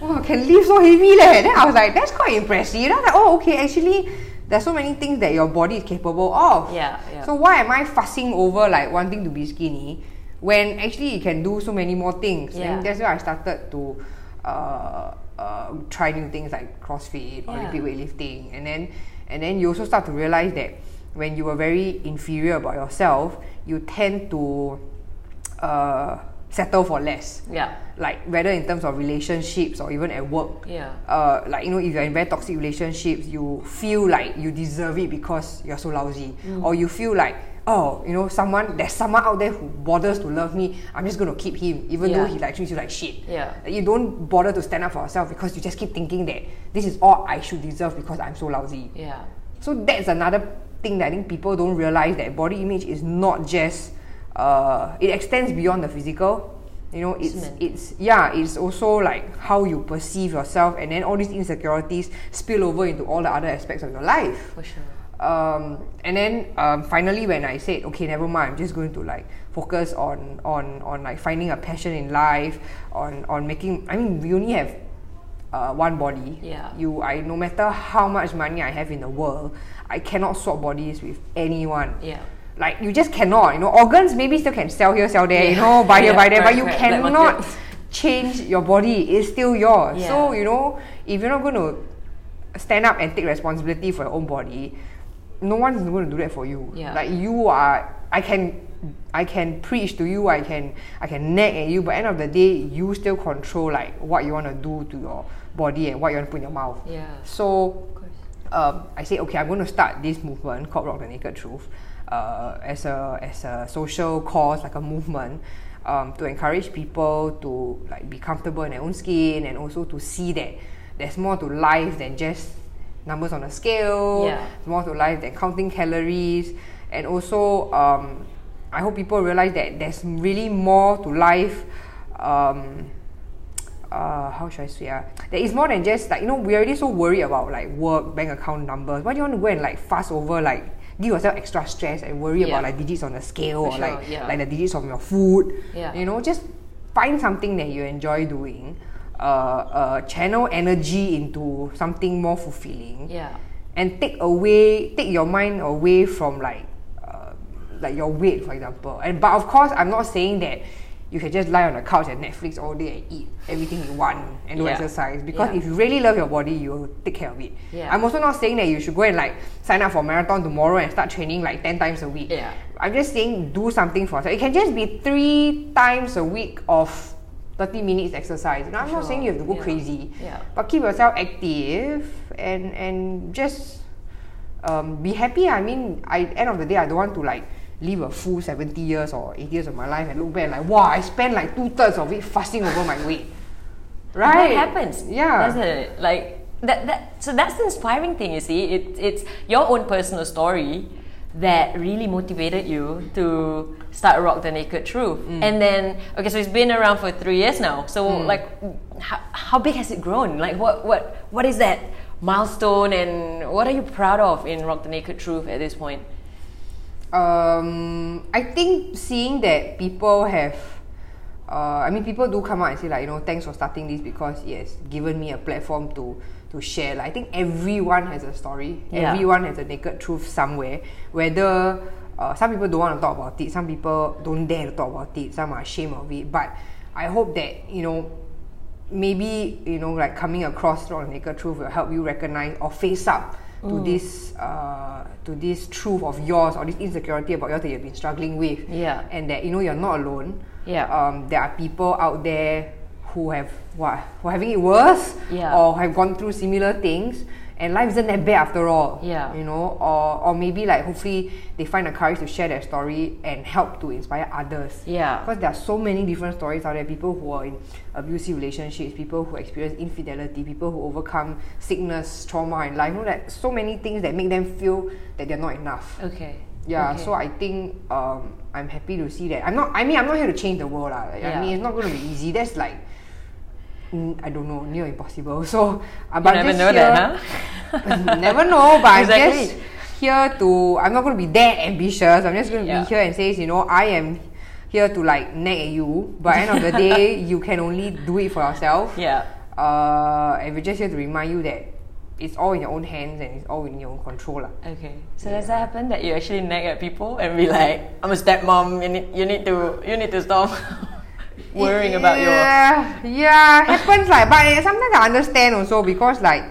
[SPEAKER 2] wow, can lift so heavy leh. Then I was like, that's quite impressive. Then I was like, oh, okay, actually, there's so many things that your body is capable of.
[SPEAKER 1] Yeah, yeah.
[SPEAKER 2] So why am I fussing over like wanting to be skinny when actually you can do so many more things?
[SPEAKER 1] Yeah.
[SPEAKER 2] And that's where I started to uh, uh, try new things like CrossFit,
[SPEAKER 1] Yeah.
[SPEAKER 2] Olympic weightlifting, and then and then you also start to realize that when you are very inferior about yourself, you tend to uh, settle for less.
[SPEAKER 1] Yeah.
[SPEAKER 2] Like whether in terms of relationships or even at work.
[SPEAKER 1] Yeah.
[SPEAKER 2] Uh, like you know, if you're in very toxic relationships, you feel like you deserve it because you're so lousy,
[SPEAKER 1] Mm.
[SPEAKER 2] or you feel like oh, you know, someone there's someone out there who bothers to love me. I'm just gonna keep him, even though
[SPEAKER 1] Yeah.
[SPEAKER 2] he like treats you like shit.
[SPEAKER 1] Yeah.
[SPEAKER 2] Like, you don't bother to stand up for yourself because you just keep thinking that this is all I should deserve because I'm so lousy.
[SPEAKER 1] Yeah.
[SPEAKER 2] So that's another thing that I think people don't realize that body image is not just uh, it extends beyond the physical. You know, it's
[SPEAKER 1] Isn't
[SPEAKER 2] it's yeah, it's also like how you perceive yourself, and then all these insecurities spill over into all the other aspects of your life.
[SPEAKER 1] For sure.
[SPEAKER 2] Um, and then um, finally, when I said, okay, never mind, I'm just going to like focus on on on like finding a passion in life, on on making. I mean, we only have uh, one body.
[SPEAKER 1] Yeah.
[SPEAKER 2] You, I no matter how much money I have in the world, I cannot swap bodies with anyone.
[SPEAKER 1] Yeah.
[SPEAKER 2] Like you just cannot. You know, organs maybe still can sell here, sell there. You
[SPEAKER 1] Yeah.
[SPEAKER 2] know, buy here,
[SPEAKER 1] Yeah,
[SPEAKER 2] buy there,
[SPEAKER 1] correct,
[SPEAKER 2] but you
[SPEAKER 1] correct. Black
[SPEAKER 2] cannot
[SPEAKER 1] market.
[SPEAKER 2] change your body. It's still yours.
[SPEAKER 1] Yeah.
[SPEAKER 2] So you know, if you're not going to stand up and take responsibility for your own body, no one's going to do that for you.
[SPEAKER 1] Yeah.
[SPEAKER 2] Like you are. I can. I can preach to you. I can. I can nag at you. But end of the day, you still control like what you want to do to your body and what you want to put in your mouth.
[SPEAKER 1] Yeah.
[SPEAKER 2] So
[SPEAKER 1] Of course.
[SPEAKER 2] um, I say, okay, I'm going to start this movement called Rock the Naked Truth uh, as, a, as a social cause, like a movement, um, to encourage people to like be comfortable in their own skin and also to see that there's more to life than just numbers on a scale,
[SPEAKER 1] Yeah.
[SPEAKER 2] more to life than counting calories. And also, um, I hope people realize that there's really more to life. Um, uh, how should I say? Uh, there is more than just like you know we're already so worried about like work, bank account numbers. Why do you want to go and like fuss over like give yourself extra stress and worry
[SPEAKER 1] Yeah.
[SPEAKER 2] about like digits on the scale
[SPEAKER 1] For
[SPEAKER 2] or
[SPEAKER 1] sure,
[SPEAKER 2] like
[SPEAKER 1] yeah.
[SPEAKER 2] like the digits of your food.
[SPEAKER 1] Yeah.
[SPEAKER 2] You know, just find something that you enjoy doing. Uh, uh, channel energy into something more fulfilling
[SPEAKER 1] Yeah.
[SPEAKER 2] and take away take your mind away from like uh, like your weight for example and but of course i'm not saying that you can just lie on the couch and netflix all day and eat everything you want and do
[SPEAKER 1] Yeah.
[SPEAKER 2] exercise because
[SPEAKER 1] Yeah.
[SPEAKER 2] if you really love your body you'll take care of it
[SPEAKER 1] Yeah.
[SPEAKER 2] i'm also not saying that you should go and like sign up for marathon tomorrow and start training like 10 times a week
[SPEAKER 1] Yeah.
[SPEAKER 2] i'm just saying do something for yourself it can just be three times a week of 30 minutes exercise now, i'm
[SPEAKER 1] Sure.
[SPEAKER 2] not saying you have to go
[SPEAKER 1] Yeah.
[SPEAKER 2] crazy
[SPEAKER 1] Yeah.
[SPEAKER 2] but keep yourself active and and just um, be happy. I mean, I end of the day, I don't want to like live a full seventy years or eighty years of my life and look back like, wow, I spent like two thirds of it fasting over my weight. Right?
[SPEAKER 1] That happens.
[SPEAKER 2] Yeah.
[SPEAKER 1] Doesn't it? Like that, that so that's the inspiring thing, you see. It, it's your own personal story that really motivated you to start Rock the Naked Truth.
[SPEAKER 2] Mm.
[SPEAKER 1] And then okay, so it's been around for three years now. So like how, how big has it grown? Like what what what is that milestone and what are you proud of in Rock the Naked Truth at this point?
[SPEAKER 2] um, I think seeing that people have, uh, I mean, people do come out and say like, you know, thanks for starting this because it has given me a platform to to share. Like, I think everyone has a story.
[SPEAKER 1] Yeah.
[SPEAKER 2] Everyone has a naked truth somewhere. Whether uh, some people don't want to talk about it, some people don't dare to talk about it, some are ashamed of it. But I hope that you know maybe you know like coming across raw and naked truth will help you recognize or face up
[SPEAKER 1] Mm.
[SPEAKER 2] to this uh, to this truth of yours or this insecurity about yours that you've been struggling with
[SPEAKER 1] Yeah.
[SPEAKER 2] and that you know you're not alone
[SPEAKER 1] Yeah.
[SPEAKER 2] um, there are people out there who have what who are having it worse
[SPEAKER 1] Yeah.
[SPEAKER 2] or have gone through similar things and life isn't that bad after all
[SPEAKER 1] Yeah.
[SPEAKER 2] you know or or maybe like hopefully they find the courage to share their story and help to inspire others
[SPEAKER 1] Yeah.
[SPEAKER 2] because there are so many different stories out there. People who are in abusive relationships, people who experience infidelity, people who overcome sickness, trauma in life. You know that so many things that make them feel that they're not enough.
[SPEAKER 1] Okay.
[SPEAKER 2] Yeah. So I think um, I'm happy to see that. I'm not. I mean, I'm not here to change the world, lah. Like,
[SPEAKER 1] Yeah.
[SPEAKER 2] I mean, it's not going to be easy. That's like. mm, I don't know, near impossible. So, uh, but
[SPEAKER 1] never
[SPEAKER 2] just
[SPEAKER 1] know
[SPEAKER 2] here,
[SPEAKER 1] that, huh?
[SPEAKER 2] never know, but
[SPEAKER 1] Exactly.
[SPEAKER 2] I'm just here to. I'm not going to be that ambitious. I'm just going to
[SPEAKER 1] Yeah.
[SPEAKER 2] be here and say, you know, I am here to like nag at you. But end of the day, you can only do it for yourself.
[SPEAKER 1] Yeah.
[SPEAKER 2] Uh, and we're just here to remind you that it's all in your own hands and it's all in your own control, lah.
[SPEAKER 1] Okay. So does that happen that you actually nag at people and be like, "I'm a stepmom. You need, you need to, you need to stop worrying about your."
[SPEAKER 2] yeah, yeah happens like but eh, sometimes I understand also because like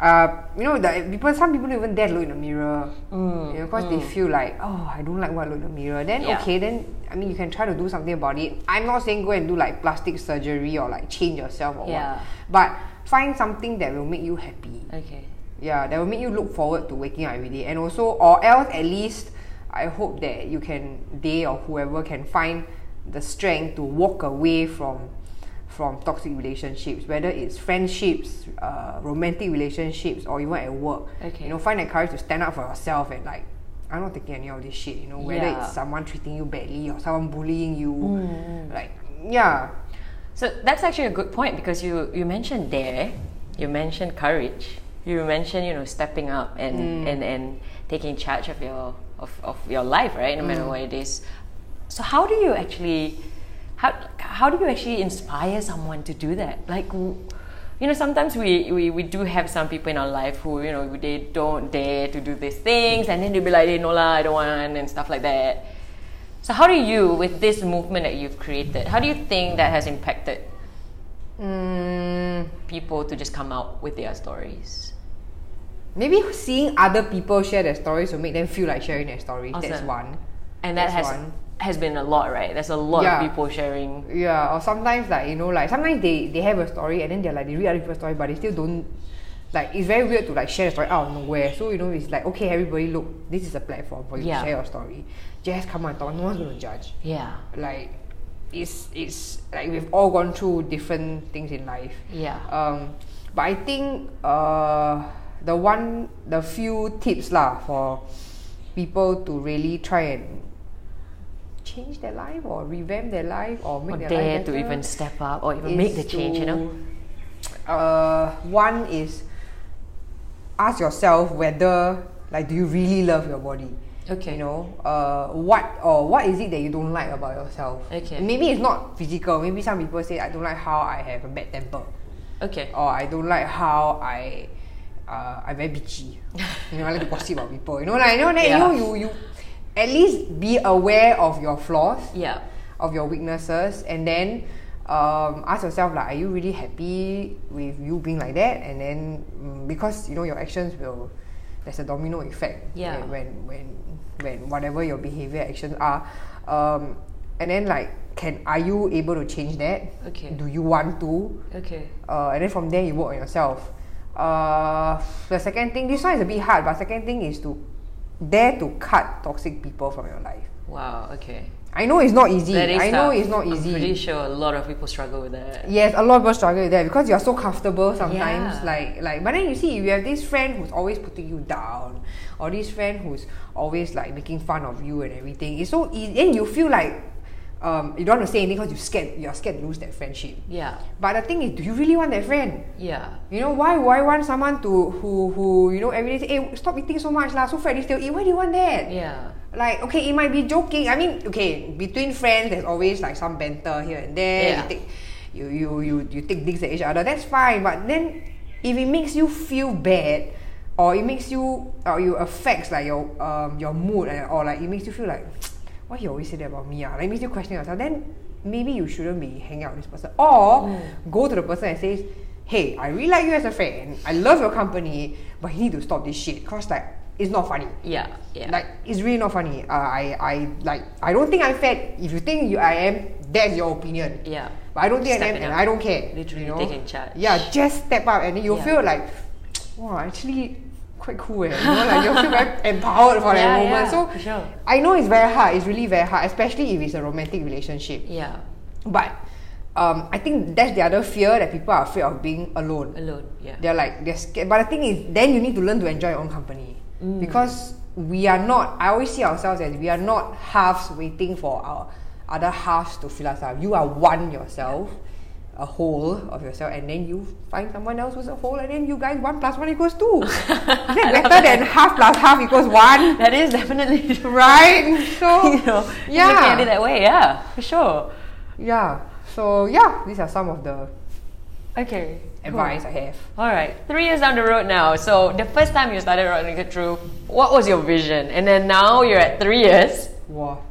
[SPEAKER 2] uh you know the people some people don't even dare look in the mirror you know because they feel like oh I don't like what I look in the mirror then
[SPEAKER 1] Mm, Yeah.
[SPEAKER 2] okay then I mean you can try to do something about it I'm not saying go and do like plastic surgery or like change yourself or
[SPEAKER 1] Yeah.
[SPEAKER 2] what but find something that will make you happy
[SPEAKER 1] Okay.
[SPEAKER 2] yeah, that will make you look forward to waking up every day. And also, or else at least, I hope that you can, they or whoever can find the strength to walk away from from toxic relationships, whether it's friendships, uh, romantic relationships, or even at work.
[SPEAKER 1] Okay.
[SPEAKER 2] You know, find the courage to stand up for yourself and like, I'm not taking any of this shit. You know, whether
[SPEAKER 1] Yeah.
[SPEAKER 2] it's someone treating you badly or someone bullying you,
[SPEAKER 1] Mm.
[SPEAKER 2] like, yeah,
[SPEAKER 1] So that's actually a good point because you you mentioned dare, you mentioned courage, you mentioned you know stepping up and and and taking charge of your of, of your life, right? No matter what it is. So how do you actually how how do you actually inspire someone to do that? Like. w- You know, sometimes we, we, we do have some people in our life who, you know, they don't dare to do these things and then they'll be like, "Eh, no lah, I don't want and stuff like that. So how do you, with this movement that you've created, how do you think that has impacted
[SPEAKER 2] mm,
[SPEAKER 1] people to just come out with their stories?
[SPEAKER 2] maybe seeing other people share their stories will make them feel like sharing their stories. That's
[SPEAKER 1] Awesome.
[SPEAKER 2] one.
[SPEAKER 1] And that
[SPEAKER 2] That's
[SPEAKER 1] has
[SPEAKER 2] one.
[SPEAKER 1] has been a lot, right? There's a lot
[SPEAKER 2] Yeah.
[SPEAKER 1] of people sharing.
[SPEAKER 2] Yeah, or sometimes like you know, like sometimes they they have a story and then they're like they read other people's story, but they still don't. Like it's very weird to like share the story out of nowhere. So you know, it's like okay, everybody, look, this is a platform for you
[SPEAKER 1] Yeah.
[SPEAKER 2] to share your story. Just come and talk. No one's gonna judge.
[SPEAKER 1] Yeah,
[SPEAKER 2] Like it's it's like we've all gone through different things in life.
[SPEAKER 1] yeah,
[SPEAKER 2] Um, but I think uh, the one, the few tips lah for people to really try and change their life or revamp their life or make
[SPEAKER 1] or
[SPEAKER 2] their
[SPEAKER 1] dare
[SPEAKER 2] life
[SPEAKER 1] to
[SPEAKER 2] better
[SPEAKER 1] even step up or even
[SPEAKER 2] is
[SPEAKER 1] make the change. You know,
[SPEAKER 2] to, Uh, one is ask yourself whether Like, do you really love your body?
[SPEAKER 1] Okay.
[SPEAKER 2] You know, uh, what or what is it that you don't like about yourself?
[SPEAKER 1] Okay.
[SPEAKER 2] Maybe it's not physical. Maybe some people say I don't like how I have a bad temper,
[SPEAKER 1] Okay.
[SPEAKER 2] or Oh, I don't like how I, uh, I'm very bitchy. you know, I like to gossip about people. You know, like you know, that, you
[SPEAKER 1] Yeah.
[SPEAKER 2] know, you you at least be aware of your flaws
[SPEAKER 1] Yeah.
[SPEAKER 2] of your weaknesses and then um, ask yourself like are you really happy with you being like that and then mm, because you know your actions will there's a domino effect
[SPEAKER 1] Yeah.
[SPEAKER 2] when- when when when whatever your behavior actions are um, and then like can are you able to change that
[SPEAKER 1] Okay.
[SPEAKER 2] do you want to
[SPEAKER 1] Okay.
[SPEAKER 2] uh, and then from there you work on yourself. Uh, the second thing, this one is a bit hard, but second thing is to dare to cut toxic people from your life.
[SPEAKER 1] Wow. Oh, Okay.
[SPEAKER 2] I know it's not easy.
[SPEAKER 1] That is
[SPEAKER 2] I know
[SPEAKER 1] tough.
[SPEAKER 2] it's not
[SPEAKER 1] I'm pretty
[SPEAKER 2] easy.
[SPEAKER 1] sure a lot of people struggle with that.
[SPEAKER 2] Yes, a lot of people struggle with that because you are so comfortable sometimes.
[SPEAKER 1] Yeah.
[SPEAKER 2] Like, like, but then you see, you have this friend who's always putting you down, or this friend who's always like making fun of you and everything. It's so easy, and you feel like um, you don't want to say anything because you scared. You're scared to lose that friendship.
[SPEAKER 1] Yeah.
[SPEAKER 2] But the thing is, do you really want that friend?
[SPEAKER 1] Yeah.
[SPEAKER 2] You know why? Why want someone to who who you know every day say, "Hey, stop eating so much lah." So fat you still eat. Why do you want that?
[SPEAKER 1] Yeah.
[SPEAKER 2] Like, okay, it might be joking. I mean, okay, between friends, there's always like some banter here and there.
[SPEAKER 1] Yeah.
[SPEAKER 2] You take, you, you, you, you take digs at each other. That's fine. But then, if it makes you feel bad, or it makes you, or you affects like your um your mood, and, or like it makes you feel like, why you always say that about me? Ah, like it makes you question yourself. Then maybe you shouldn't be hanging out with this person, or go to the person and says. Hey, I really like you as a friend. I love your company, but you need to stop this shit. Cause like it's not funny.
[SPEAKER 1] Yeah. Yeah.
[SPEAKER 2] Like it's really not funny. Uh, I I like I don't think I'm fat. If you think you I am, that's your opinion.
[SPEAKER 1] yeah.
[SPEAKER 2] But I don't think I
[SPEAKER 1] Step
[SPEAKER 2] am,
[SPEAKER 1] it
[SPEAKER 2] and
[SPEAKER 1] up.
[SPEAKER 2] I don't care.
[SPEAKER 1] Literally
[SPEAKER 2] you know?
[SPEAKER 1] taking charge.
[SPEAKER 2] Yeah, just step up, and then you'll
[SPEAKER 1] Yeah.
[SPEAKER 2] feel like, wow, actually quite cool. Eh. You know, like you'll feel very empowered for
[SPEAKER 1] Yeah,
[SPEAKER 2] that moment.
[SPEAKER 1] yeah,
[SPEAKER 2] so
[SPEAKER 1] for sure.
[SPEAKER 2] I know it's very hard. It's really very hard, especially if it's a romantic relationship.
[SPEAKER 1] Yeah.
[SPEAKER 2] But um, I think that's the other fear that people are afraid of being alone.
[SPEAKER 1] Alone. Yeah.
[SPEAKER 2] They're like they're scared. But the thing is, then you need to learn to enjoy your own company
[SPEAKER 1] Mm.
[SPEAKER 2] because we are not. I always see ourselves as we are not halves waiting for our other halves to fill us up. You are one yourself, a whole of yourself, and then you find someone else who's a whole, and then you guys one plus one equals two. is that
[SPEAKER 1] I love
[SPEAKER 2] better than half plus half equals one?
[SPEAKER 1] That is definitely
[SPEAKER 2] Right. So
[SPEAKER 1] you know yeah. looking
[SPEAKER 2] yeah,
[SPEAKER 1] at it that way. Yeah. For sure.
[SPEAKER 2] yeah. So yeah, these are some of the
[SPEAKER 1] Okay.
[SPEAKER 2] advice I have.
[SPEAKER 1] All right, three years down the road now. So the first time you started running it through, what was your vision? And then now you're at three years.
[SPEAKER 2] Wow.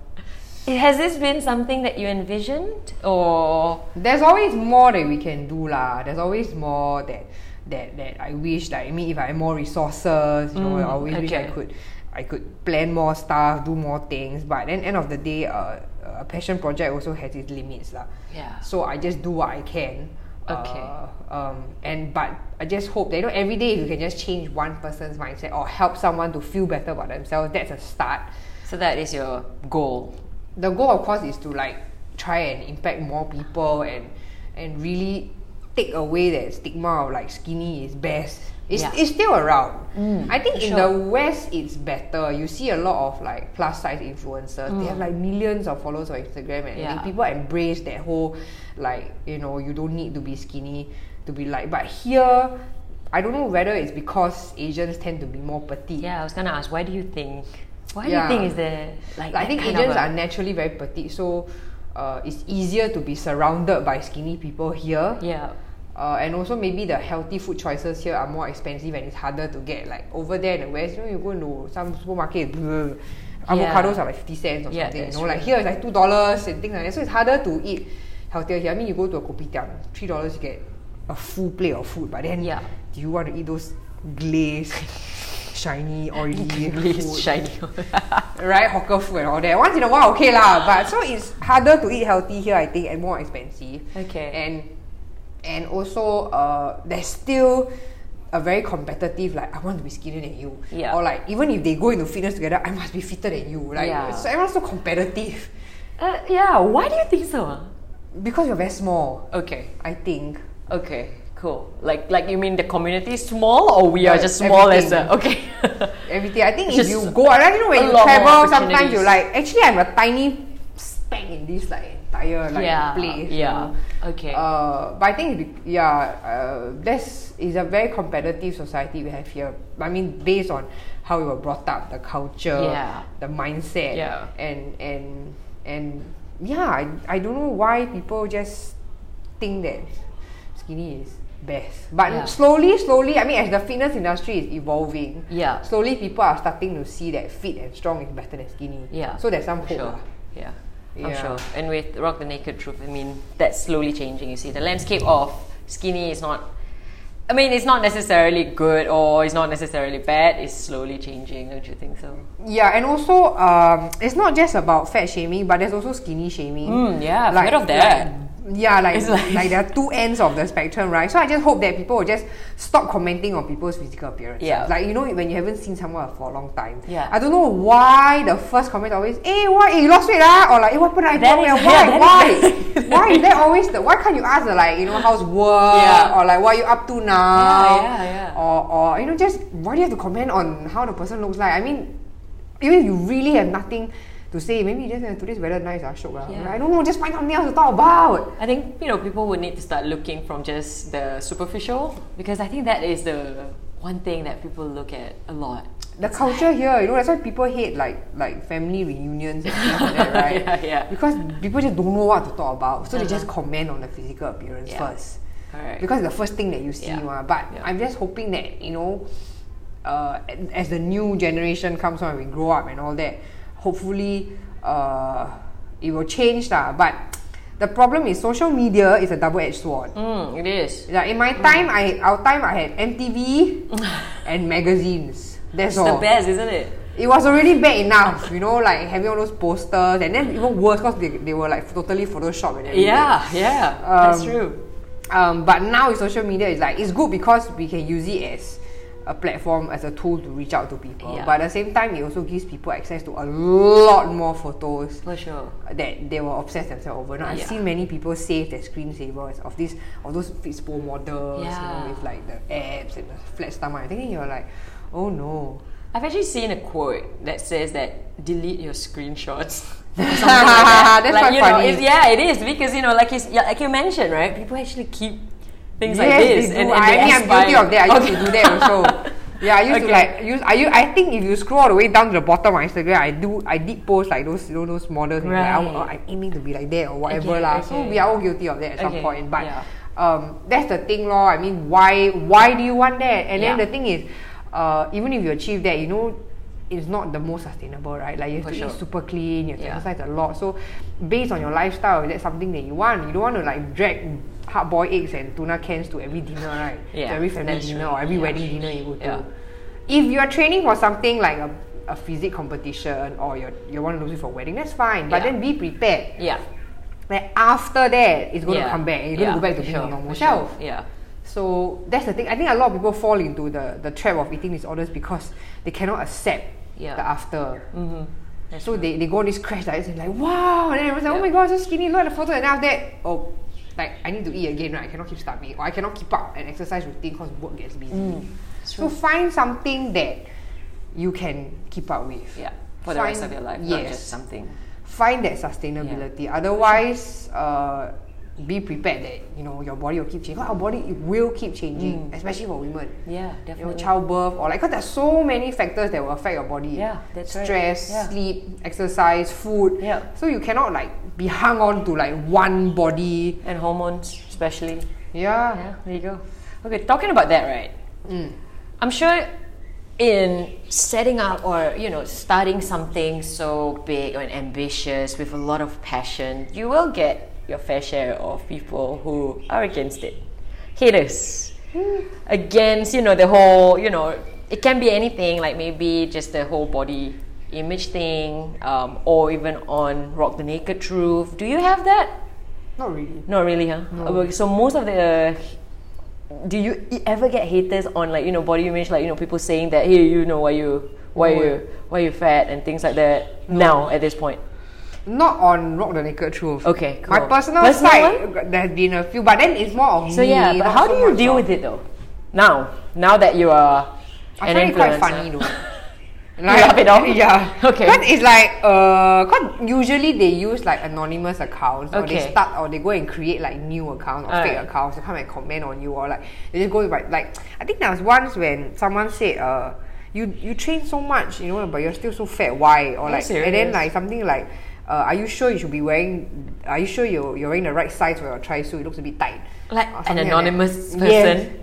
[SPEAKER 1] Has this been something that you envisioned, or
[SPEAKER 2] There's always more that we can do lah. There's always more that that that I wish like I mean if I had more resources, you know, I always wish I
[SPEAKER 1] Mm, okay.
[SPEAKER 2] could I could plan more stuff, do more things. But then end of the day, uh, a passion project also has its limits lah.
[SPEAKER 1] Yeah.
[SPEAKER 2] So I just do what I can.
[SPEAKER 1] Okay.
[SPEAKER 2] Uh, um, and but I just hope that you know every day if you can just change one person's mindset or help someone to feel better about themselves, that's a start.
[SPEAKER 1] so that is your goal?
[SPEAKER 2] the goal of course is to like try and impact more people and and really take away that stigma of like skinny is best it's,
[SPEAKER 1] Yeah. Mm,
[SPEAKER 2] it's still around i think in
[SPEAKER 1] sure.
[SPEAKER 2] the west it's better you see a lot of like plus size influencers they have like millions of followers on instagram and
[SPEAKER 1] Mm. Yeah.
[SPEAKER 2] I think people embrace that whole like you know you don't need to be skinny to be like but here i don't know whether it's because asians tend to be more petite
[SPEAKER 1] Yeah, I was gonna ask, why do you think? Why
[SPEAKER 2] Yeah.
[SPEAKER 1] do you think is there like?
[SPEAKER 2] I
[SPEAKER 1] that
[SPEAKER 2] think
[SPEAKER 1] kind of
[SPEAKER 2] Asians
[SPEAKER 1] a-
[SPEAKER 2] are naturally very petite, so uh, it's easier to be surrounded by skinny people here.
[SPEAKER 1] Yeah,
[SPEAKER 2] Uh, and also maybe the healthy food choices here are more expensive and it's harder to get. Like over there in the West, you know, you go into some supermarket, bleh, avocados are like fifty cents or
[SPEAKER 1] Yeah,
[SPEAKER 2] something. You
[SPEAKER 1] that's
[SPEAKER 2] know, like
[SPEAKER 1] true.
[SPEAKER 2] here it's like two dollars and things like that. So it's harder to eat healthier here. I mean, you go to a kopitiam, three dollars you get a full plate of food, but then
[SPEAKER 1] Yeah.
[SPEAKER 2] do you want to eat those glazed, shiny, oily
[SPEAKER 1] glazed,
[SPEAKER 2] food?
[SPEAKER 1] shiny.
[SPEAKER 2] right? Hawker food and all that. Once in a while, okay lah. But so it's harder to eat healthy here, I think, and more expensive.
[SPEAKER 1] Okay.
[SPEAKER 2] And and also, uh, there's still a very competitive like I want to be skinnier than you.
[SPEAKER 1] Yeah.
[SPEAKER 2] Or like even if they go into fitness together, I must be fitter than you. Like
[SPEAKER 1] Yeah.
[SPEAKER 2] so everyone's so competitive
[SPEAKER 1] uh, yeah, why do you think so?
[SPEAKER 2] because you're very small.
[SPEAKER 1] Okay,
[SPEAKER 2] I think.
[SPEAKER 1] okay, cool. Like, like you mean the community is small, or we are
[SPEAKER 2] Like
[SPEAKER 1] just small as a
[SPEAKER 2] everything.
[SPEAKER 1] okay?
[SPEAKER 2] Everything. I think if
[SPEAKER 1] Just
[SPEAKER 2] you go, I don't know when
[SPEAKER 1] a
[SPEAKER 2] you
[SPEAKER 1] lot more
[SPEAKER 2] travel, sometimes
[SPEAKER 1] opportunities.
[SPEAKER 2] you're like, actually, I'm a tiny speck in this like entire like
[SPEAKER 1] yeah,
[SPEAKER 2] place. you
[SPEAKER 1] yeah,
[SPEAKER 2] know.
[SPEAKER 1] okay.
[SPEAKER 2] Uh, but I think, it be- yeah, uh, this is a very competitive society we have here. I mean, based on how we were brought up, the culture,
[SPEAKER 1] Yeah.
[SPEAKER 2] the mindset,
[SPEAKER 1] Yeah.
[SPEAKER 2] and and and yeah, I, I don't know why people just think that skinny is best. But
[SPEAKER 1] Yeah.
[SPEAKER 2] slowly, slowly, I mean, as the fitness industry is evolving,
[SPEAKER 1] Yeah.
[SPEAKER 2] slowly people are starting to see that fit and strong is better than skinny.
[SPEAKER 1] Yeah.
[SPEAKER 2] so there's some hope.
[SPEAKER 1] Sure.
[SPEAKER 2] lah.
[SPEAKER 1] Yeah. I'm
[SPEAKER 2] Yeah.
[SPEAKER 1] sure. And with Rock the Naked Truth, I mean, that's slowly changing. You see, the landscape of skinny is not. I mean, it's not necessarily good or it's not necessarily bad. It's slowly changing, don't you think so?
[SPEAKER 2] Yeah, and also um, it's not just about fat shaming, but there's also skinny shaming.
[SPEAKER 1] Mm, yeah, I've heard of that.
[SPEAKER 2] like- yeah, like,
[SPEAKER 1] It's like-
[SPEAKER 2] like there are two ends of the spectrum, right? So I just hope that people will just stop commenting on people's physical appearance.
[SPEAKER 1] Yeah.
[SPEAKER 2] Like you know when you haven't seen someone for a long time.
[SPEAKER 1] Yeah.
[SPEAKER 2] I don't know why the first comment always, hey, why eh, you lost weight ah? or like hey, what happened? I
[SPEAKER 1] That
[SPEAKER 2] don't
[SPEAKER 1] is-
[SPEAKER 2] know,
[SPEAKER 1] yeah,
[SPEAKER 2] why
[SPEAKER 1] that
[SPEAKER 2] why why is that always the why can't you ask uh, like you know how's work
[SPEAKER 1] Yeah.
[SPEAKER 2] or like what are you up to now?
[SPEAKER 1] yeah, yeah.
[SPEAKER 2] or, or you know just why do you have to comment on how the person looks like i mean even if you really have nothing to say maybe you just have today's weather nice ah, shook ah.
[SPEAKER 1] Yeah.
[SPEAKER 2] i don't know just find something else to talk about
[SPEAKER 1] I think you know people would need to start looking from just the superficial because I think that is the one thing that people look at a lot.
[SPEAKER 2] the culture here you know that's why people hate like like family reunions and stuff like that right
[SPEAKER 1] Yeah, yeah.
[SPEAKER 2] because people just don't know what to talk about so they
[SPEAKER 1] Uh-huh.
[SPEAKER 2] just comment on the physical appearance
[SPEAKER 1] Yeah.
[SPEAKER 2] first
[SPEAKER 1] Correct.
[SPEAKER 2] because it's the first thing that you see
[SPEAKER 1] Yeah.
[SPEAKER 2] mah. but
[SPEAKER 1] Yeah.
[SPEAKER 2] i'm just hoping that you know uh, as the new generation comes on and we grow up and all that hopefully uh, it will change lah. but the problem is social media is a double-edged sword
[SPEAKER 1] Mm, it is.
[SPEAKER 2] yeah, in my time i our time i had mtv and magazines that's
[SPEAKER 1] It's
[SPEAKER 2] all
[SPEAKER 1] the best, isn't it?
[SPEAKER 2] it was already bad enough, you know, like having all those posters, and then even worse because they, they were like totally photoshopped and everything.
[SPEAKER 1] Yeah, yeah. that's
[SPEAKER 2] Um,
[SPEAKER 1] true.
[SPEAKER 2] Um, but now with social media, it's like it's good because we can use it as a platform, as a tool to reach out to people.
[SPEAKER 1] Yeah.
[SPEAKER 2] But at the same time, it also gives people access to a lot more photos
[SPEAKER 1] For sure.
[SPEAKER 2] that they were obsessed themselves over. Now
[SPEAKER 1] Yeah.
[SPEAKER 2] I've seen many people save their screensavers of this of those Fitspo models, you
[SPEAKER 1] Yeah.
[SPEAKER 2] know, with like the abs and the flat stomach. I think you're like, oh no.
[SPEAKER 1] I've actually seen a quote that says that delete your screenshots. Or something like
[SPEAKER 2] That's
[SPEAKER 1] Like,
[SPEAKER 2] quite
[SPEAKER 1] you know,
[SPEAKER 2] funny.
[SPEAKER 1] it's- yeah, it is because you know, like you, s- yeah, like you mentioned, right? People actually keep things like
[SPEAKER 2] Yes,
[SPEAKER 1] this,
[SPEAKER 2] they
[SPEAKER 1] and,
[SPEAKER 2] do.
[SPEAKER 1] and
[SPEAKER 2] I
[SPEAKER 1] they
[SPEAKER 2] mean, I'm guilty
[SPEAKER 1] aspire-
[SPEAKER 2] of that. I used
[SPEAKER 1] Okay.
[SPEAKER 2] to do that also. Yeah, I used to
[SPEAKER 1] Okay.
[SPEAKER 2] like use. I u- I think if you scroll all the way down to the bottom of Instagram, I do. I did post like those you know, those models. and Like, I,
[SPEAKER 1] Right.
[SPEAKER 2] wa- I'm aiming to be like that or
[SPEAKER 1] Okay,
[SPEAKER 2] whatever lah. So
[SPEAKER 1] okay.
[SPEAKER 2] we are all guilty of that at some
[SPEAKER 1] Okay,
[SPEAKER 2] point. But
[SPEAKER 1] yeah.
[SPEAKER 2] um, that's the thing, lor. I mean, why why do you want that? And then
[SPEAKER 1] Yeah.
[SPEAKER 2] the thing is, uh, even if you achieve that, you know. It's not the most sustainable, right? Like you have
[SPEAKER 1] For sure.
[SPEAKER 2] to eat super clean, you have to
[SPEAKER 1] Yeah.
[SPEAKER 2] exercise a lot. So, based on your lifestyle, that's something that you want. You don't want to like drag hard boiled eggs and tuna cans to every dinner, right?
[SPEAKER 1] Yeah,
[SPEAKER 2] to every family
[SPEAKER 1] that's
[SPEAKER 2] dinner
[SPEAKER 1] true.
[SPEAKER 2] or every
[SPEAKER 1] Yeah.
[SPEAKER 2] wedding dinner you go to.
[SPEAKER 1] Yeah.
[SPEAKER 2] If you are training for something like a, a physique competition or you're, you want to lose it for a wedding, that's fine.
[SPEAKER 1] Yeah.
[SPEAKER 2] But then be prepared.
[SPEAKER 1] Yeah,
[SPEAKER 2] Like after that, it's going
[SPEAKER 1] yeah,
[SPEAKER 2] to come back. You're
[SPEAKER 1] yeah,
[SPEAKER 2] going to go back to
[SPEAKER 1] for
[SPEAKER 2] being
[SPEAKER 1] sure,
[SPEAKER 2] your
[SPEAKER 1] for
[SPEAKER 2] normal self.
[SPEAKER 1] Sure. Yeah,
[SPEAKER 2] So that's the thing. I think a lot of people fall into the, the trap of eating disorders because they cannot accept
[SPEAKER 1] Yeah.
[SPEAKER 2] the after.
[SPEAKER 1] mm-hmm.
[SPEAKER 2] So they, they go on this crash diet and like wow and then everyone's like, Oh
[SPEAKER 1] Yeah.
[SPEAKER 2] my god, so skinny, look at the photo and then after that oh like I need to eat again, right? I cannot keep starving or I cannot keep up an exercise routine because work gets busy.
[SPEAKER 1] Mm.
[SPEAKER 2] So find something that you can keep up with.
[SPEAKER 1] yeah, for the
[SPEAKER 2] Find-
[SPEAKER 1] rest of your life, not
[SPEAKER 2] yes.
[SPEAKER 1] just something.
[SPEAKER 2] Find that sustainability. Otherwise, uh, be prepared that you know your body will keep changing. 'Cause Our body it will keep changing,
[SPEAKER 1] Mm.
[SPEAKER 2] especially for women.
[SPEAKER 1] Yeah,
[SPEAKER 2] You know,
[SPEAKER 1] definitely.
[SPEAKER 2] childbirth or like because there's so many factors that will affect your body.
[SPEAKER 1] Yeah, that's right.
[SPEAKER 2] Stress,
[SPEAKER 1] Yeah.
[SPEAKER 2] sleep, exercise, food.
[SPEAKER 1] Yeah.
[SPEAKER 2] So you cannot like be hung on to like one body.
[SPEAKER 1] and hormones, especially.
[SPEAKER 2] Yeah.
[SPEAKER 1] Yeah, there you go. Okay, talking about that, right? I'm sure in setting up or you know starting something so big and ambitious with a lot of passion, you will get your fair share of people who are against it, haters, against you know the whole you know it can be anything like maybe just the whole body image thing um, or even on rock the naked truth. Do you have that?
[SPEAKER 2] Not really.
[SPEAKER 1] Not really, huh? Okay, so most of the uh, do you e- ever get haters on like you know body image, like you know people saying that hey you know why you why
[SPEAKER 2] No.
[SPEAKER 1] you why you fat and things like that now at this point.
[SPEAKER 2] Not on Rock the Naked Truth.
[SPEAKER 1] Okay, cool.
[SPEAKER 2] My personal,
[SPEAKER 1] Personal
[SPEAKER 2] side, there has been a few, but then it's more of
[SPEAKER 1] So
[SPEAKER 2] me.
[SPEAKER 1] yeah, but
[SPEAKER 2] not
[SPEAKER 1] how
[SPEAKER 2] so
[SPEAKER 1] do you
[SPEAKER 2] much
[SPEAKER 1] deal
[SPEAKER 2] of-
[SPEAKER 1] with it though? Now, now that you are
[SPEAKER 2] I
[SPEAKER 1] an
[SPEAKER 2] find it quite
[SPEAKER 1] influencer,
[SPEAKER 2] funny though.
[SPEAKER 1] laugh it off?
[SPEAKER 2] Yeah.
[SPEAKER 1] Okay.
[SPEAKER 2] Because it's like uh, cause usually they use like anonymous accounts or
[SPEAKER 1] Okay.
[SPEAKER 2] they start or they go and create like new accounts or fake
[SPEAKER 1] Alright.
[SPEAKER 2] accounts to come and comment on you or like they just go like like I think there was once when someone said uh you you train so much, you know, but you're still so fat. Why? Or
[SPEAKER 1] Are you
[SPEAKER 2] like, and
[SPEAKER 1] serious?
[SPEAKER 2] then like something like, uh, are you sure you should be wearing? Are you sure you're you're wearing the right size for your trisuit? It looks a bit tight.
[SPEAKER 1] Like
[SPEAKER 2] Or
[SPEAKER 1] an
[SPEAKER 2] something that.
[SPEAKER 1] anonymous
[SPEAKER 2] Yes.
[SPEAKER 1] person.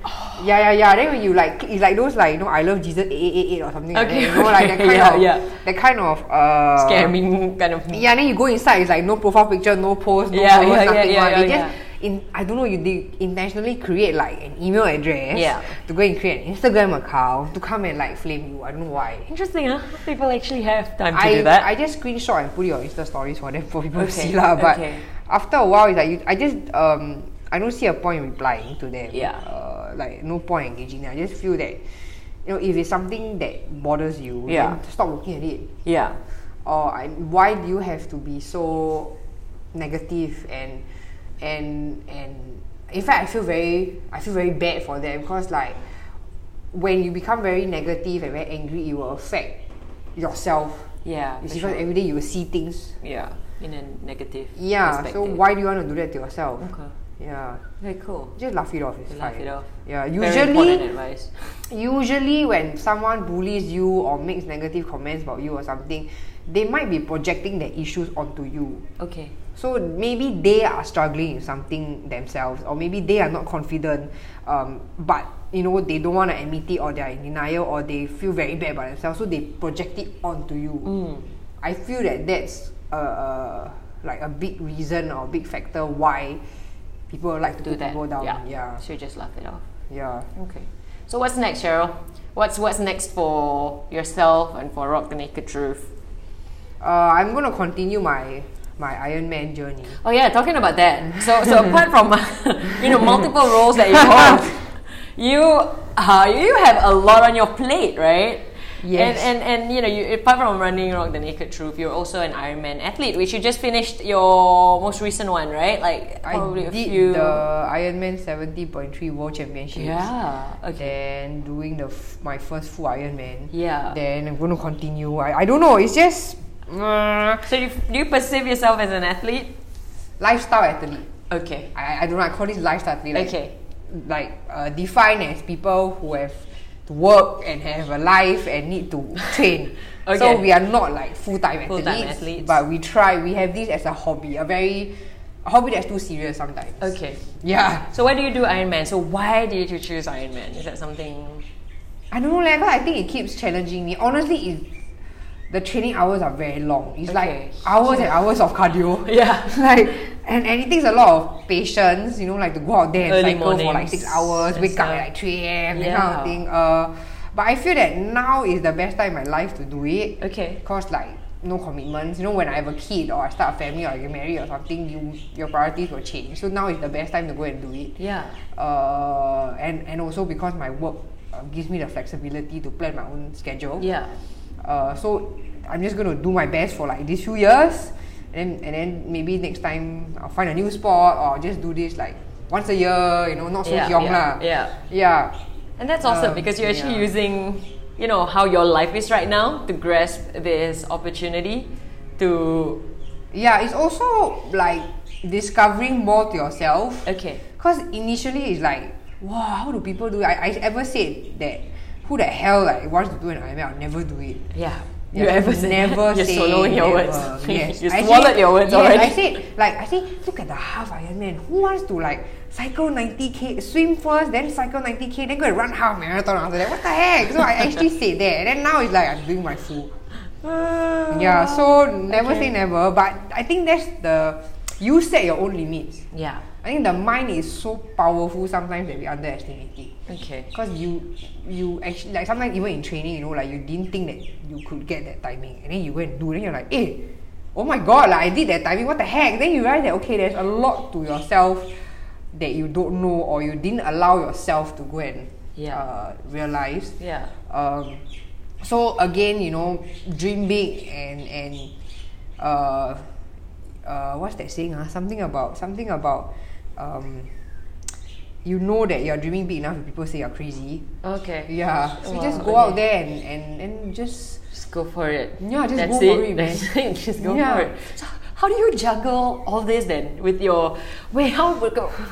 [SPEAKER 2] Yeah, yeah, yeah. Then when you like, click- it's like those like you know, I love Jesus eight eight eight eight or something.
[SPEAKER 1] Okay,
[SPEAKER 2] like that, you know, like that
[SPEAKER 1] okay.
[SPEAKER 2] kind
[SPEAKER 1] Yeah,
[SPEAKER 2] of
[SPEAKER 1] yeah.
[SPEAKER 2] that kind of uh,
[SPEAKER 1] Scamming kind of.
[SPEAKER 2] Yeah, then you go inside, it's like no profile picture, no post, no
[SPEAKER 1] Yeah,
[SPEAKER 2] post,
[SPEAKER 1] yeah, yeah,
[SPEAKER 2] nothing.
[SPEAKER 1] yeah,
[SPEAKER 2] one.
[SPEAKER 1] yeah,
[SPEAKER 2] they
[SPEAKER 1] yeah.
[SPEAKER 2] just in I don't know, you they intentionally create like an email address
[SPEAKER 1] Yeah.
[SPEAKER 2] to go and create an Instagram account to come and like flame you. I don't know why.
[SPEAKER 1] Interesting, huh? People actually have time to
[SPEAKER 2] I
[SPEAKER 1] do that.
[SPEAKER 2] I just screenshot and put it on Insta stories for them for people to
[SPEAKER 1] Okay,
[SPEAKER 2] see lah. But
[SPEAKER 1] okay.
[SPEAKER 2] after a while, it's like you, I just um I don't see a point in replying to them.
[SPEAKER 1] Yeah.
[SPEAKER 2] Uh, like no point engaging them. I just feel that you know if it's something that bothers you,
[SPEAKER 1] Yeah.
[SPEAKER 2] then stop looking at it.
[SPEAKER 1] yeah.
[SPEAKER 2] Or I, why do you have to be so negative and and and in fact I feel very I feel very bad for them because like when you become very negative and very angry, it will affect yourself
[SPEAKER 1] Yeah.
[SPEAKER 2] it's
[SPEAKER 1] for
[SPEAKER 2] because
[SPEAKER 1] sure.
[SPEAKER 2] every day you will see things.
[SPEAKER 1] Yeah. In a negative
[SPEAKER 2] Yeah. So
[SPEAKER 1] perspective.
[SPEAKER 2] why do you want to do that to yourself?
[SPEAKER 1] Okay.
[SPEAKER 2] Yeah.
[SPEAKER 1] Very cool.
[SPEAKER 2] Just laugh it off. eh? It's
[SPEAKER 1] Laugh
[SPEAKER 2] fine.
[SPEAKER 1] it off.
[SPEAKER 2] Yeah.
[SPEAKER 1] Very important
[SPEAKER 2] Usually,
[SPEAKER 1] advice.
[SPEAKER 2] usually when someone bullies you or makes negative comments about you or something, they might be projecting their issues onto you.
[SPEAKER 1] Okay.
[SPEAKER 2] So maybe they are struggling with something themselves, or maybe they are not confident, um, but you know they don't want to admit it, or they are in denial, or they feel very bad about themselves, so they project it onto you.
[SPEAKER 1] Mm.
[SPEAKER 2] I feel that that's a, a like a big reason or big factor why people like to
[SPEAKER 1] Do
[SPEAKER 2] put
[SPEAKER 1] that.
[SPEAKER 2] people down.
[SPEAKER 1] Yeah.
[SPEAKER 2] yeah,
[SPEAKER 1] So you just laugh it off.
[SPEAKER 2] yeah.
[SPEAKER 1] Okay. So what's next, Cheryl? What's what's next for yourself and for Rock the Naked Truth?
[SPEAKER 2] Uh, I'm gonna continue my my Iron Man journey.
[SPEAKER 1] Oh yeah, talking about that. So so apart from you know multiple roles that you have, you uh, you have a lot on your plate, right? And,
[SPEAKER 2] Yes.
[SPEAKER 1] and and you know you apart from running Rock the Naked Truth, you're also an Ironman athlete, which you just finished your most recent one, right? Like probably a
[SPEAKER 2] I did
[SPEAKER 1] few.
[SPEAKER 2] the Iron Man 70.3 World Championships.
[SPEAKER 1] yeah. Okay.
[SPEAKER 2] Then doing the f- my first full Iron Man.
[SPEAKER 1] Yeah.
[SPEAKER 2] Then I'm gonna continue. I, I don't know. It's just uh,
[SPEAKER 1] So you, do you perceive yourself as an athlete?
[SPEAKER 2] lifestyle athlete.
[SPEAKER 1] Okay.
[SPEAKER 2] I, I don't know. I call this lifestyle athlete. Like,
[SPEAKER 1] Okay.
[SPEAKER 2] Like uh, defined as people who have to work and have a life and need to train.
[SPEAKER 1] Okay.
[SPEAKER 2] So we are not like full time athletes,
[SPEAKER 1] Full-time athletes.
[SPEAKER 2] but we try. We have this as a hobby, a very a hobby that's too serious sometimes.
[SPEAKER 1] Okay.
[SPEAKER 2] Yeah.
[SPEAKER 1] So why do you do Ironman? So why did you choose Ironman? Is that something?
[SPEAKER 2] I don't know, like, I think it keeps challenging me. Honestly, it, the training hours are very long. It's
[SPEAKER 1] Okay.
[SPEAKER 2] like hours and hours of cardio.
[SPEAKER 1] Yeah.
[SPEAKER 2] like, and, and it takes a lot of patience, you know, like to go out there and
[SPEAKER 1] Early
[SPEAKER 2] cycle for like six
[SPEAKER 1] mornings
[SPEAKER 2] hours,
[SPEAKER 1] and
[SPEAKER 2] wake up
[SPEAKER 1] stuff.
[SPEAKER 2] at like 3 a.m., that kind
[SPEAKER 1] Yeah.
[SPEAKER 2] of thing. Uh, but I feel that now is the best time in my life to do it.
[SPEAKER 1] Okay.
[SPEAKER 2] Because, like, no commitments. You know, when I have a kid or I start a family or I get married or something, you, your priorities will change. So now is the best time to go and do it
[SPEAKER 1] Yeah.
[SPEAKER 2] uh, and and also because my work uh, gives me the flexibility to plan my own schedule.
[SPEAKER 1] Yeah.
[SPEAKER 2] Uh, so I'm just gonna do my best for like these few years, and then, and then maybe next time I'll find a new sport or just do this like once a year. You know, not so
[SPEAKER 1] yeah,
[SPEAKER 2] young
[SPEAKER 1] yeah,
[SPEAKER 2] lah.
[SPEAKER 1] yeah.
[SPEAKER 2] Yeah.
[SPEAKER 1] And that's awesome
[SPEAKER 2] Um,
[SPEAKER 1] because you're actually
[SPEAKER 2] yeah.
[SPEAKER 1] using, you know, how your life is right now to grasp this opportunity to
[SPEAKER 2] Yeah. It's also like discovering more to yourself.
[SPEAKER 1] okay.
[SPEAKER 2] Because initially it's like, wow, how do people do it? I, I ever said that who the hell like wants to do an Ironman? I'll never do it.
[SPEAKER 1] Yeah.
[SPEAKER 2] Yeah,
[SPEAKER 1] You ever said
[SPEAKER 2] never
[SPEAKER 1] you're
[SPEAKER 2] say
[SPEAKER 1] soloing your
[SPEAKER 2] never.
[SPEAKER 1] words.
[SPEAKER 2] Yes.
[SPEAKER 1] you
[SPEAKER 2] I
[SPEAKER 1] swallowed
[SPEAKER 2] said-
[SPEAKER 1] your words
[SPEAKER 2] yes,
[SPEAKER 1] already.
[SPEAKER 2] I said like I said, look at the half Ironman. Who wants to like cycle ninety k, swim first, then cycle ninety k, then go and run half marathon after that? What the heck? So I actually said that, and then now it's like I'm doing my full. Yeah. So never
[SPEAKER 1] Ah. okay.
[SPEAKER 2] say never, but I think that's the you set your own limits.
[SPEAKER 1] yeah.
[SPEAKER 2] I think the mind is so powerful sometimes that we underestimate it.
[SPEAKER 1] Okay.
[SPEAKER 2] Because you you actually like sometimes even in training, you know, like you didn't think that you could get that timing. And then you go and do, then you're like, eh, oh my god, like I did that timing, what the heck? Then you realize that okay, there's a lot to yourself that you don't know or you didn't allow yourself to go and
[SPEAKER 1] Yeah.
[SPEAKER 2] uh, realize.
[SPEAKER 1] Yeah.
[SPEAKER 2] Um, so again, you know, dream big and and uh, uh, what's that saying? Huh? Something about something about um, you know that you're dreaming big enough. If people say you're crazy,
[SPEAKER 1] Okay.
[SPEAKER 2] yeah. So you just
[SPEAKER 1] Wow,
[SPEAKER 2] go out
[SPEAKER 1] okay.
[SPEAKER 2] there and and and just
[SPEAKER 1] Just go for it.
[SPEAKER 2] Yeah, just
[SPEAKER 1] That's
[SPEAKER 2] go
[SPEAKER 1] it.
[SPEAKER 2] for it, man.
[SPEAKER 1] That's it. Just go
[SPEAKER 2] Yeah.
[SPEAKER 1] for it. So how do you juggle all this then with your wait how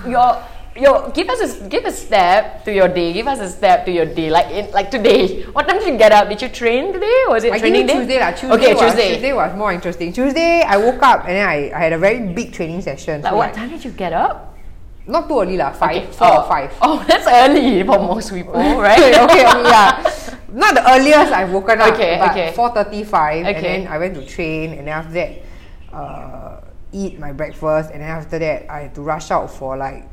[SPEAKER 1] your
[SPEAKER 3] yo, give us a give a step to your day. Give us a step to your day. Like in like today. What time did you get up? Did you train today? Was it
[SPEAKER 2] I think
[SPEAKER 3] training day?
[SPEAKER 2] Tuesday lah. Tuesday
[SPEAKER 3] okay,
[SPEAKER 2] was,
[SPEAKER 3] Tuesday.
[SPEAKER 2] Tuesday was more interesting. Tuesday, I woke up and then I, I had a very big training session.
[SPEAKER 3] Like
[SPEAKER 2] so
[SPEAKER 3] what
[SPEAKER 2] like,
[SPEAKER 3] time did you get up?
[SPEAKER 2] Not too early lah. Five,
[SPEAKER 3] Okay,
[SPEAKER 2] four
[SPEAKER 3] oh,
[SPEAKER 2] or five.
[SPEAKER 3] Oh, that's early for most people, right?
[SPEAKER 2] okay, okay, okay, yeah. Not the earliest I've woken up.
[SPEAKER 3] Okay,
[SPEAKER 2] but
[SPEAKER 3] okay.
[SPEAKER 2] Four thirty-five, and
[SPEAKER 3] Okay.
[SPEAKER 2] then I went to train, and then after that, uh, eat my breakfast, and then after that, I had to rush out for like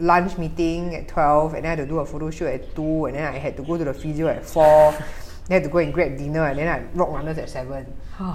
[SPEAKER 2] lunch meeting at twelve, and then I had to do a photo shoot at two, and then I had to go to the physio at four. Then I had to go and grab dinner, and then I rock runners at seven.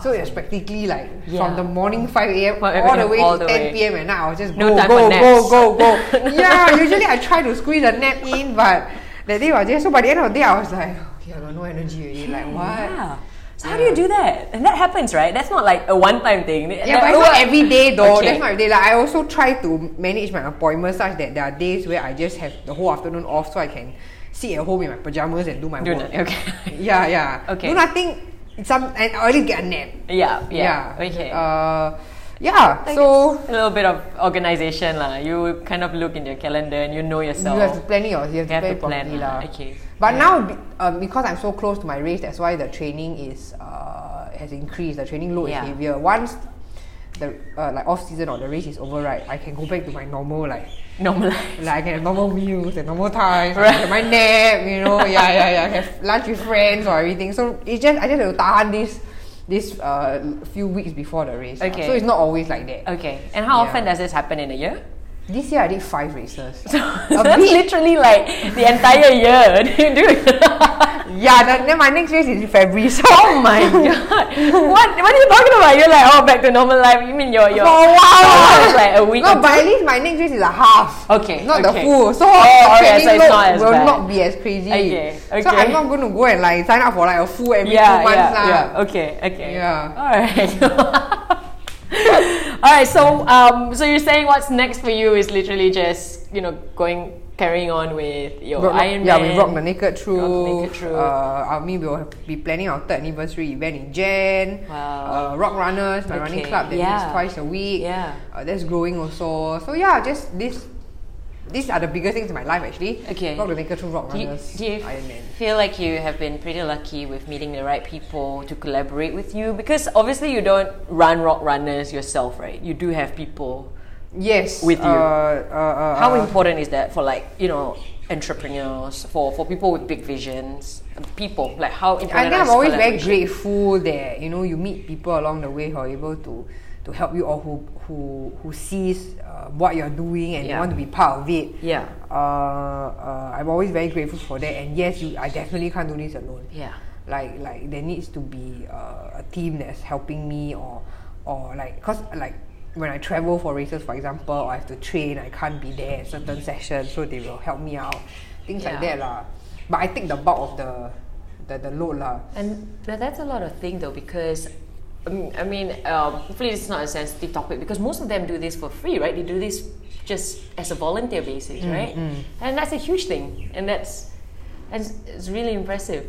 [SPEAKER 2] so it was practically like
[SPEAKER 3] Oh, Yeah.
[SPEAKER 2] from the morning five a.m.
[SPEAKER 3] Five
[SPEAKER 2] all the
[SPEAKER 3] a.m.,
[SPEAKER 2] way
[SPEAKER 3] all
[SPEAKER 2] to
[SPEAKER 3] the
[SPEAKER 2] ten
[SPEAKER 3] way.
[SPEAKER 2] p.m. at night. I was just
[SPEAKER 3] No
[SPEAKER 2] go,
[SPEAKER 3] time
[SPEAKER 2] go,
[SPEAKER 3] for
[SPEAKER 2] go,
[SPEAKER 3] naps.
[SPEAKER 2] go, go. yeah, usually I try to squeeze a nap in, but that day was just so. By the end of the day, I was like, okay, I got no energy already. Like what?
[SPEAKER 1] Yeah. So how do you do that? And that happens, right? That's not like a one-time thing.
[SPEAKER 2] Yeah, but it's not every day though.
[SPEAKER 1] Okay.
[SPEAKER 2] That's not every day. Like I also try to manage my appointments such that there are days where I just have the whole afternoon off, so I can sit at home in my pajamas and do my
[SPEAKER 3] Do
[SPEAKER 2] work.
[SPEAKER 3] that. Okay.
[SPEAKER 2] Yeah, yeah.
[SPEAKER 3] Okay.
[SPEAKER 2] Do nothing. Some and or at least get a nap.
[SPEAKER 3] yeah, yeah.
[SPEAKER 2] yeah.
[SPEAKER 3] Okay.
[SPEAKER 2] Uh, yeah.
[SPEAKER 3] I
[SPEAKER 2] so.
[SPEAKER 3] guess a little bit of organization lah. You kind of look in your calendar and you know yourself.
[SPEAKER 2] you have to plan it or you have,
[SPEAKER 3] You have
[SPEAKER 2] to plan
[SPEAKER 3] to plan,
[SPEAKER 2] it properly lah.
[SPEAKER 3] ah, okay.
[SPEAKER 2] But
[SPEAKER 3] Yeah.
[SPEAKER 2] now be- um, because I'm so close to my race, that's why the training is uh, has increased. The training load
[SPEAKER 3] Yeah.
[SPEAKER 2] is heavier. Once the uh, like off season or the race is over, right? I can go back to my normal like
[SPEAKER 3] normalize.
[SPEAKER 2] like I can have normal meals and normal times. Right. I can have my nap, you know. yeah, yeah, yeah. I can have lunch with friends or everything. So it's just I just have to tahan this this uh, few weeks before the race. lah.
[SPEAKER 3] Okay.
[SPEAKER 2] So it's not always like that.
[SPEAKER 3] Okay. And how
[SPEAKER 2] Yeah.
[SPEAKER 3] often does this happen in a year?
[SPEAKER 2] This year I did five races.
[SPEAKER 3] So,
[SPEAKER 2] A
[SPEAKER 3] that's
[SPEAKER 2] bit.
[SPEAKER 3] literally like the entire year. you do.
[SPEAKER 2] Yeah, then, then my next race is in February. So
[SPEAKER 3] oh my god. What What are you talking about? You're like oh back to normal life. You mean your your
[SPEAKER 2] For a while.
[SPEAKER 3] Oh, it's like a week
[SPEAKER 2] No,
[SPEAKER 3] or
[SPEAKER 2] but at least my next race is a half.
[SPEAKER 3] Okay,
[SPEAKER 2] Not the
[SPEAKER 3] okay.
[SPEAKER 2] full. So
[SPEAKER 3] Oh,
[SPEAKER 2] the
[SPEAKER 3] okay,
[SPEAKER 2] training
[SPEAKER 3] so it's
[SPEAKER 2] load
[SPEAKER 3] not as
[SPEAKER 2] will
[SPEAKER 3] bad.
[SPEAKER 2] not be as crazy.
[SPEAKER 3] Okay,
[SPEAKER 2] So
[SPEAKER 3] okay.
[SPEAKER 2] I'm not going to go and like sign up for like a full every
[SPEAKER 3] yeah,
[SPEAKER 2] two months
[SPEAKER 3] yeah,
[SPEAKER 2] lah.
[SPEAKER 3] yeah. Okay, okay.
[SPEAKER 2] Yeah.
[SPEAKER 3] All right. All right. So, um, so you're saying what's next for you is literally just you know going carrying on with your
[SPEAKER 2] Rock-
[SPEAKER 3] Oh, Iron
[SPEAKER 2] yeah,
[SPEAKER 3] Man.
[SPEAKER 2] we rock the naked truth.
[SPEAKER 3] Naked Truth.
[SPEAKER 2] Uh, I mean, we'll be planning our third anniversary event in Jan.
[SPEAKER 3] Wow.
[SPEAKER 2] Uh, rock runners, my running
[SPEAKER 1] Okay,
[SPEAKER 2] club that
[SPEAKER 1] yeah.
[SPEAKER 2] meets twice a week.
[SPEAKER 1] Yeah.
[SPEAKER 2] Uh, that's growing also. So yeah, just this. These are the biggest things in my life actually.
[SPEAKER 1] Okay.
[SPEAKER 2] Rock the naked truth, rock
[SPEAKER 1] Do you,
[SPEAKER 2] runners,
[SPEAKER 1] do you
[SPEAKER 2] Iron Man.
[SPEAKER 1] feel like you have been pretty lucky with meeting the right people to collaborate with you? Because obviously you don't run rock runners yourself, right? You do have people.
[SPEAKER 2] Yes.
[SPEAKER 1] With you.
[SPEAKER 2] Uh, uh, uh,
[SPEAKER 1] How
[SPEAKER 2] uh,
[SPEAKER 1] important is that for like you know entrepreneurs for for people with big visions? People like how
[SPEAKER 2] I
[SPEAKER 1] important
[SPEAKER 2] think I'm
[SPEAKER 1] is
[SPEAKER 2] always very
[SPEAKER 1] collaboration?
[SPEAKER 2] grateful that you know you meet people along the way who are able to to help you or who who who sees uh, what you're doing and
[SPEAKER 1] Yeah.
[SPEAKER 2] want to be part of it.
[SPEAKER 1] Yeah.
[SPEAKER 2] Uh, uh, I'm always very grateful for that. And yes, you, I definitely can't do this alone.
[SPEAKER 1] Yeah.
[SPEAKER 2] Like like there needs to be uh, a team that's helping me or or like cause like. When I travel for races, for example, or I have to train, I can't be there at certain sessions, so they will help me out, things
[SPEAKER 1] Mm.
[SPEAKER 2] like
[SPEAKER 1] Yeah.
[SPEAKER 2] that lah. But I take the bulk of the the, the load lah.
[SPEAKER 1] And but that's a lot of thing though because. um, I mean, um, hopefully this is not a sensitive topic because most of them do this for free, right? They do this just as a volunteer basis, right? And that's a huge thing, and that's and it's- it's really impressive,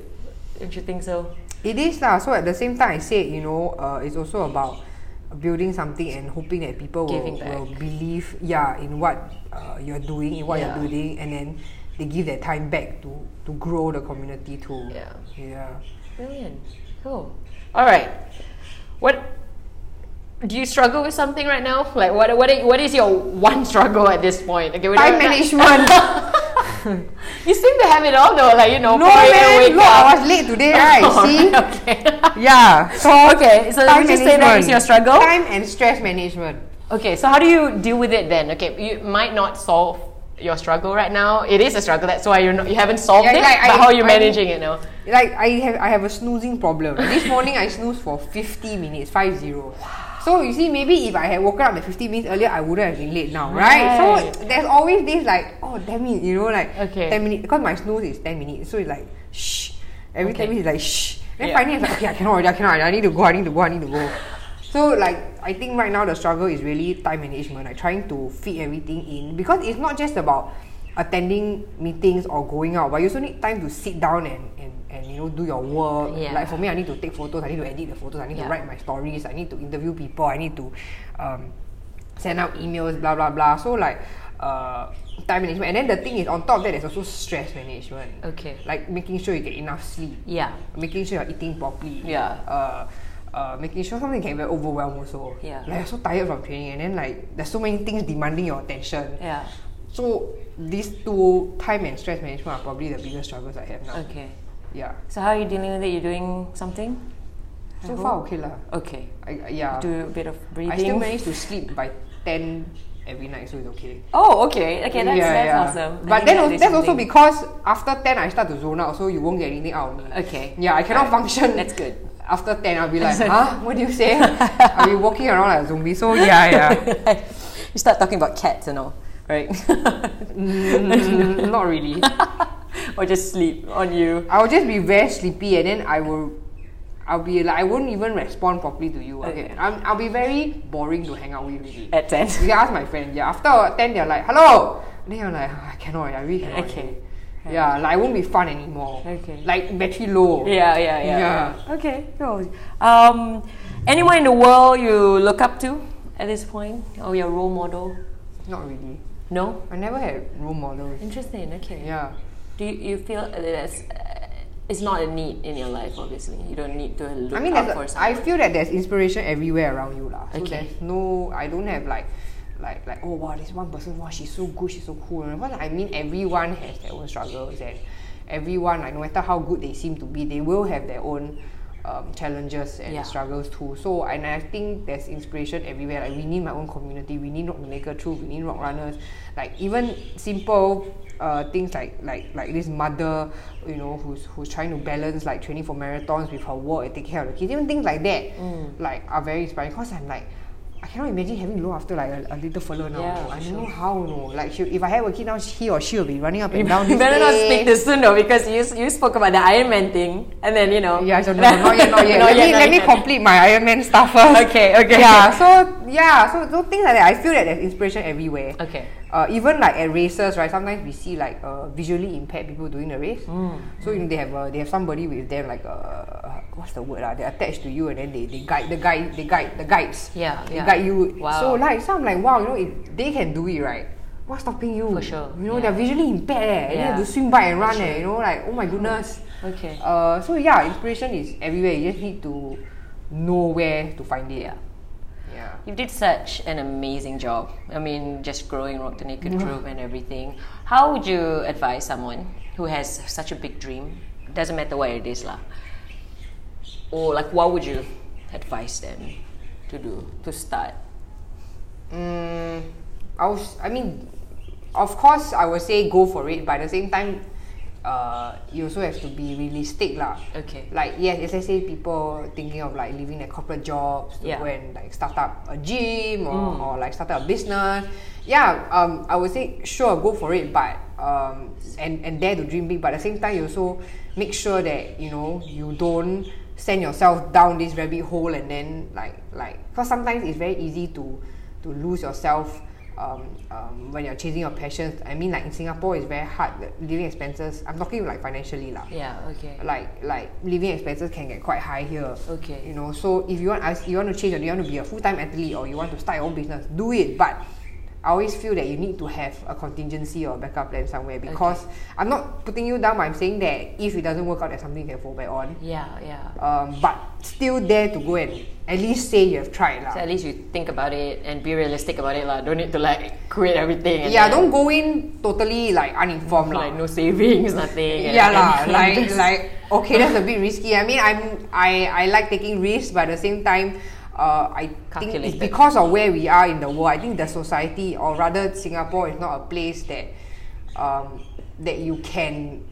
[SPEAKER 1] don't you think so?
[SPEAKER 2] It is lah. So at the same time, I said you know, uh, it's also about building something and hoping that people will,
[SPEAKER 1] Giving back.
[SPEAKER 2] will believe, yeah, in what uh, you're doing, in what
[SPEAKER 1] Yeah.
[SPEAKER 2] you're building, and then they give their time back to to grow the community too.
[SPEAKER 1] Yeah.
[SPEAKER 2] yeah.
[SPEAKER 1] Brilliant, cool.
[SPEAKER 3] All right. What do you struggle with something right now? Like what what i- what is your one struggle at this point? Okay, we
[SPEAKER 2] Time
[SPEAKER 3] don't-
[SPEAKER 2] management.
[SPEAKER 3] You seem to have it all though, like you know,
[SPEAKER 2] no
[SPEAKER 3] 4 a.m.
[SPEAKER 2] man,
[SPEAKER 3] wake
[SPEAKER 2] look, I
[SPEAKER 3] up.
[SPEAKER 2] was late today, right? See,
[SPEAKER 3] Okay. Oh,
[SPEAKER 2] yeah. So
[SPEAKER 3] Okay, so let me just say that is your struggle.
[SPEAKER 2] Time and stress management.
[SPEAKER 3] Okay, so how do you deal with it then? Okay, you might not solve your struggle right now. It is a struggle. That's why you're not, you haven't solved
[SPEAKER 2] Yeah,
[SPEAKER 3] it.
[SPEAKER 2] like,
[SPEAKER 3] but
[SPEAKER 2] I-
[SPEAKER 3] how are you
[SPEAKER 2] I-
[SPEAKER 3] managing it now?
[SPEAKER 2] Like I have I have a snoozing problem. This morning I snoozed for 50 minutes, 50. So you see maybe if I had woken up the 50 minutes earlier I wouldn't have been late now, right?
[SPEAKER 3] Right.
[SPEAKER 2] So there's always this like oh damn it, you know like
[SPEAKER 3] Okay.
[SPEAKER 2] 10 minutes because my snooze is 10 minutes. So it's like shh. Every 10 minutes is like shh. Then
[SPEAKER 3] Yeah.
[SPEAKER 2] finally it's like okay, I cannot already, I cannot already. I need to go, I need to go, I need to go. So like I think right now the struggle is really time management, like trying to fit everything in because it's not just about attending meetings or going out, but you also need time to sit down and, and, and you know do your work.
[SPEAKER 1] Yeah.
[SPEAKER 2] Like for me I need to take photos, I need to edit the photos, I need to
[SPEAKER 1] Yeah.
[SPEAKER 2] write my stories, I need to interview people, I need to um, send out emails, blah blah blah. So like uh, time management. And then the thing is, on top of that, there's also stress management.
[SPEAKER 1] Okay.
[SPEAKER 2] Like making sure you get enough sleep.
[SPEAKER 1] Yeah.
[SPEAKER 2] Making sure you're eating properly.
[SPEAKER 1] Yeah.
[SPEAKER 2] Uh, uh, making sure something can be overwhelmed also.
[SPEAKER 1] Yeah.
[SPEAKER 2] Like you're so tired from training, and then like there's so many things demanding your attention.
[SPEAKER 1] Yeah.
[SPEAKER 2] So these two, time and stress management, are probably the biggest struggles I have now.
[SPEAKER 1] Okay.
[SPEAKER 2] Yeah.
[SPEAKER 1] So how are you dealing with it? You're doing something? I
[SPEAKER 2] So
[SPEAKER 1] hope.
[SPEAKER 2] far, okay lah.
[SPEAKER 1] Okay.
[SPEAKER 2] I, yeah.
[SPEAKER 1] Do a bit of breathing.
[SPEAKER 2] I still manage to sleep by ten every night, so it's okay.
[SPEAKER 1] Oh, okay. Okay, that's, that's awesome. I
[SPEAKER 2] But
[SPEAKER 1] think that
[SPEAKER 2] then also,
[SPEAKER 1] is
[SPEAKER 2] that's also
[SPEAKER 1] something.
[SPEAKER 2] because after ten I start to zone out, so you won't get anything out of me.
[SPEAKER 1] Okay.
[SPEAKER 2] Yeah, I cannot function.
[SPEAKER 1] That's good.
[SPEAKER 2] After ten, I'll be like, huh? What do you say? I'll be walking around like a zombie. So yeah, yeah.
[SPEAKER 1] you start talking about cats and all, right?
[SPEAKER 2] Mm, not really.
[SPEAKER 1] or just sleep on you.
[SPEAKER 2] I will just be very sleepy, and then I will. I'll be like I won't even respond properly to you.
[SPEAKER 1] Okay.
[SPEAKER 2] I'm, I'll be very boring to hang out with. Really.
[SPEAKER 1] At 10.
[SPEAKER 2] You can ask my friend. Yeah, after ten, they're like, "Hello." Then you're like, "Ah, "I cannot. I really cannot."
[SPEAKER 1] Okay.
[SPEAKER 2] Yeah, like it won't be fun anymore.
[SPEAKER 1] Okay.
[SPEAKER 2] Like battery low.
[SPEAKER 1] Yeah, yeah, yeah.
[SPEAKER 2] Yeah.
[SPEAKER 1] Okay, cool. Um, anyone in the world you look up to at this point? Or your role model?
[SPEAKER 2] Not really.
[SPEAKER 1] No?
[SPEAKER 2] I never had role models.
[SPEAKER 1] Interesting, okay.
[SPEAKER 2] Yeah.
[SPEAKER 1] Do you, you feel that it's, uh, it's not a need in your life, obviously? You don't need to look
[SPEAKER 2] I mean,
[SPEAKER 1] up
[SPEAKER 2] there's
[SPEAKER 1] for
[SPEAKER 2] a, I
[SPEAKER 1] someone.
[SPEAKER 2] feel that there's inspiration everywhere around you, lah. So
[SPEAKER 1] Okay.
[SPEAKER 2] there's no, I don't have like, like, like, oh wow, this one person, wow, she's so good, she's so cool. And what I mean, everyone has their own struggles, and everyone, like, no matter how good they seem to be, they will have their own um, challenges and
[SPEAKER 1] Yeah.
[SPEAKER 2] struggles too. So, and I think there's inspiration everywhere. Like, we need my own community. We need Rock Malacca Truth. We need Rock Runners. Like, even simple uh, things like like like this mother, you know, who's who's trying to balance like training for marathons with her work and taking care of the kids. Even things like that,
[SPEAKER 1] Mm.
[SPEAKER 2] like, are very inspiring. Because I'm like. I cannot imagine having to look after like a, a little fellow now.
[SPEAKER 1] Yeah,
[SPEAKER 2] I don't
[SPEAKER 1] sure.
[SPEAKER 2] know how no. Like she, if I have a kid now, he or she will be running up and down.
[SPEAKER 1] You
[SPEAKER 2] this
[SPEAKER 1] better not
[SPEAKER 2] day.
[SPEAKER 1] speak this soon though, because you you spoke about the Iron Man thing, and then you know.
[SPEAKER 2] Yeah, so no, not yet, not yet.
[SPEAKER 1] Not
[SPEAKER 2] let me,
[SPEAKER 1] yet, not
[SPEAKER 2] let me
[SPEAKER 1] yet.
[SPEAKER 2] complete my Iron Man stuff first.
[SPEAKER 1] Okay, okay.
[SPEAKER 2] Yeah, so yeah, so, so things like that. I feel that there's inspiration everywhere.
[SPEAKER 1] Okay.
[SPEAKER 2] Uh, even like at races, right? Sometimes we see like uh, visually impaired people doing the race.
[SPEAKER 1] Mm.
[SPEAKER 2] So you know, they have uh, they have somebody with them like uh, what's the word? Uh, they're attached to you and then they, they guide the guide they guide the guides.
[SPEAKER 1] Yeah,
[SPEAKER 2] They
[SPEAKER 1] yeah.
[SPEAKER 2] guide you.
[SPEAKER 1] Wow.
[SPEAKER 2] So like so I'm like wow, you know if they can do it right. What's stopping you?
[SPEAKER 1] For sure,
[SPEAKER 2] You know
[SPEAKER 1] yeah.
[SPEAKER 2] they're visually impaired. Eh. and They have
[SPEAKER 1] Yeah.
[SPEAKER 2] to swim by and run. Eh. You know like oh my goodness.
[SPEAKER 1] Okay.
[SPEAKER 2] Uh, so yeah, inspiration is everywhere. You just need to know where to find it.
[SPEAKER 1] Yeah.
[SPEAKER 2] Yeah.
[SPEAKER 1] You did such an amazing job. I mean, just growing Rock the Naked Group and everything. How would you advise someone who has such a big dream? Doesn't matter what it is, lah. Or like, what would you advise them to do to start?
[SPEAKER 2] Mm, I was. I mean, of course, I would say go for it, but at the same time, uh, you also have to be realistic, lah.
[SPEAKER 1] Okay.
[SPEAKER 2] Like yes, as I say, people thinking of like leaving their corporate jobs to
[SPEAKER 1] Yeah.
[SPEAKER 2] go and like start up a gym or, or like start up a business. Yeah, um, I would say sure go for it, but um, and and dare to dream big. But at the same time, you also make sure that you know you don't send yourself down this rabbit hole and then like like because sometimes it's very easy to to lose yourself. Um, um, when you're chasing your passions, I mean, like in Singapore, it's very hard. the Living expenses. I'm talking like financially, lah
[SPEAKER 1] Yeah. Okay.
[SPEAKER 2] like like living expenses can get quite high here.
[SPEAKER 1] Okay.
[SPEAKER 2] You know, so if you want as you want to change or you want to be a full time athlete or you want to start your own business, do it. But I always feel that you need to have a contingency or backup plan somewhere because I'm not putting you down, but I'm saying that if it doesn't work out, there's something you can fall back on.
[SPEAKER 1] Yeah. Yeah.
[SPEAKER 2] Um, but still there to go and at least say you have tried. lah.
[SPEAKER 1] So at least you think about it and be realistic about it, lah. Don't need to like quit everything. And
[SPEAKER 2] yeah,
[SPEAKER 1] then,
[SPEAKER 2] don't go in totally like uninformed.
[SPEAKER 1] like
[SPEAKER 2] lah.
[SPEAKER 1] no savings, nothing. and-
[SPEAKER 2] Yeah lah,
[SPEAKER 1] and-
[SPEAKER 2] like like okay, that's a bit risky. I mean, I'm I I like taking risks, but at the same time, uh, I think it's
[SPEAKER 1] Calculated.
[SPEAKER 2] because of where we are in the world. I think the society, or rather Singapore, is not a place that um that you can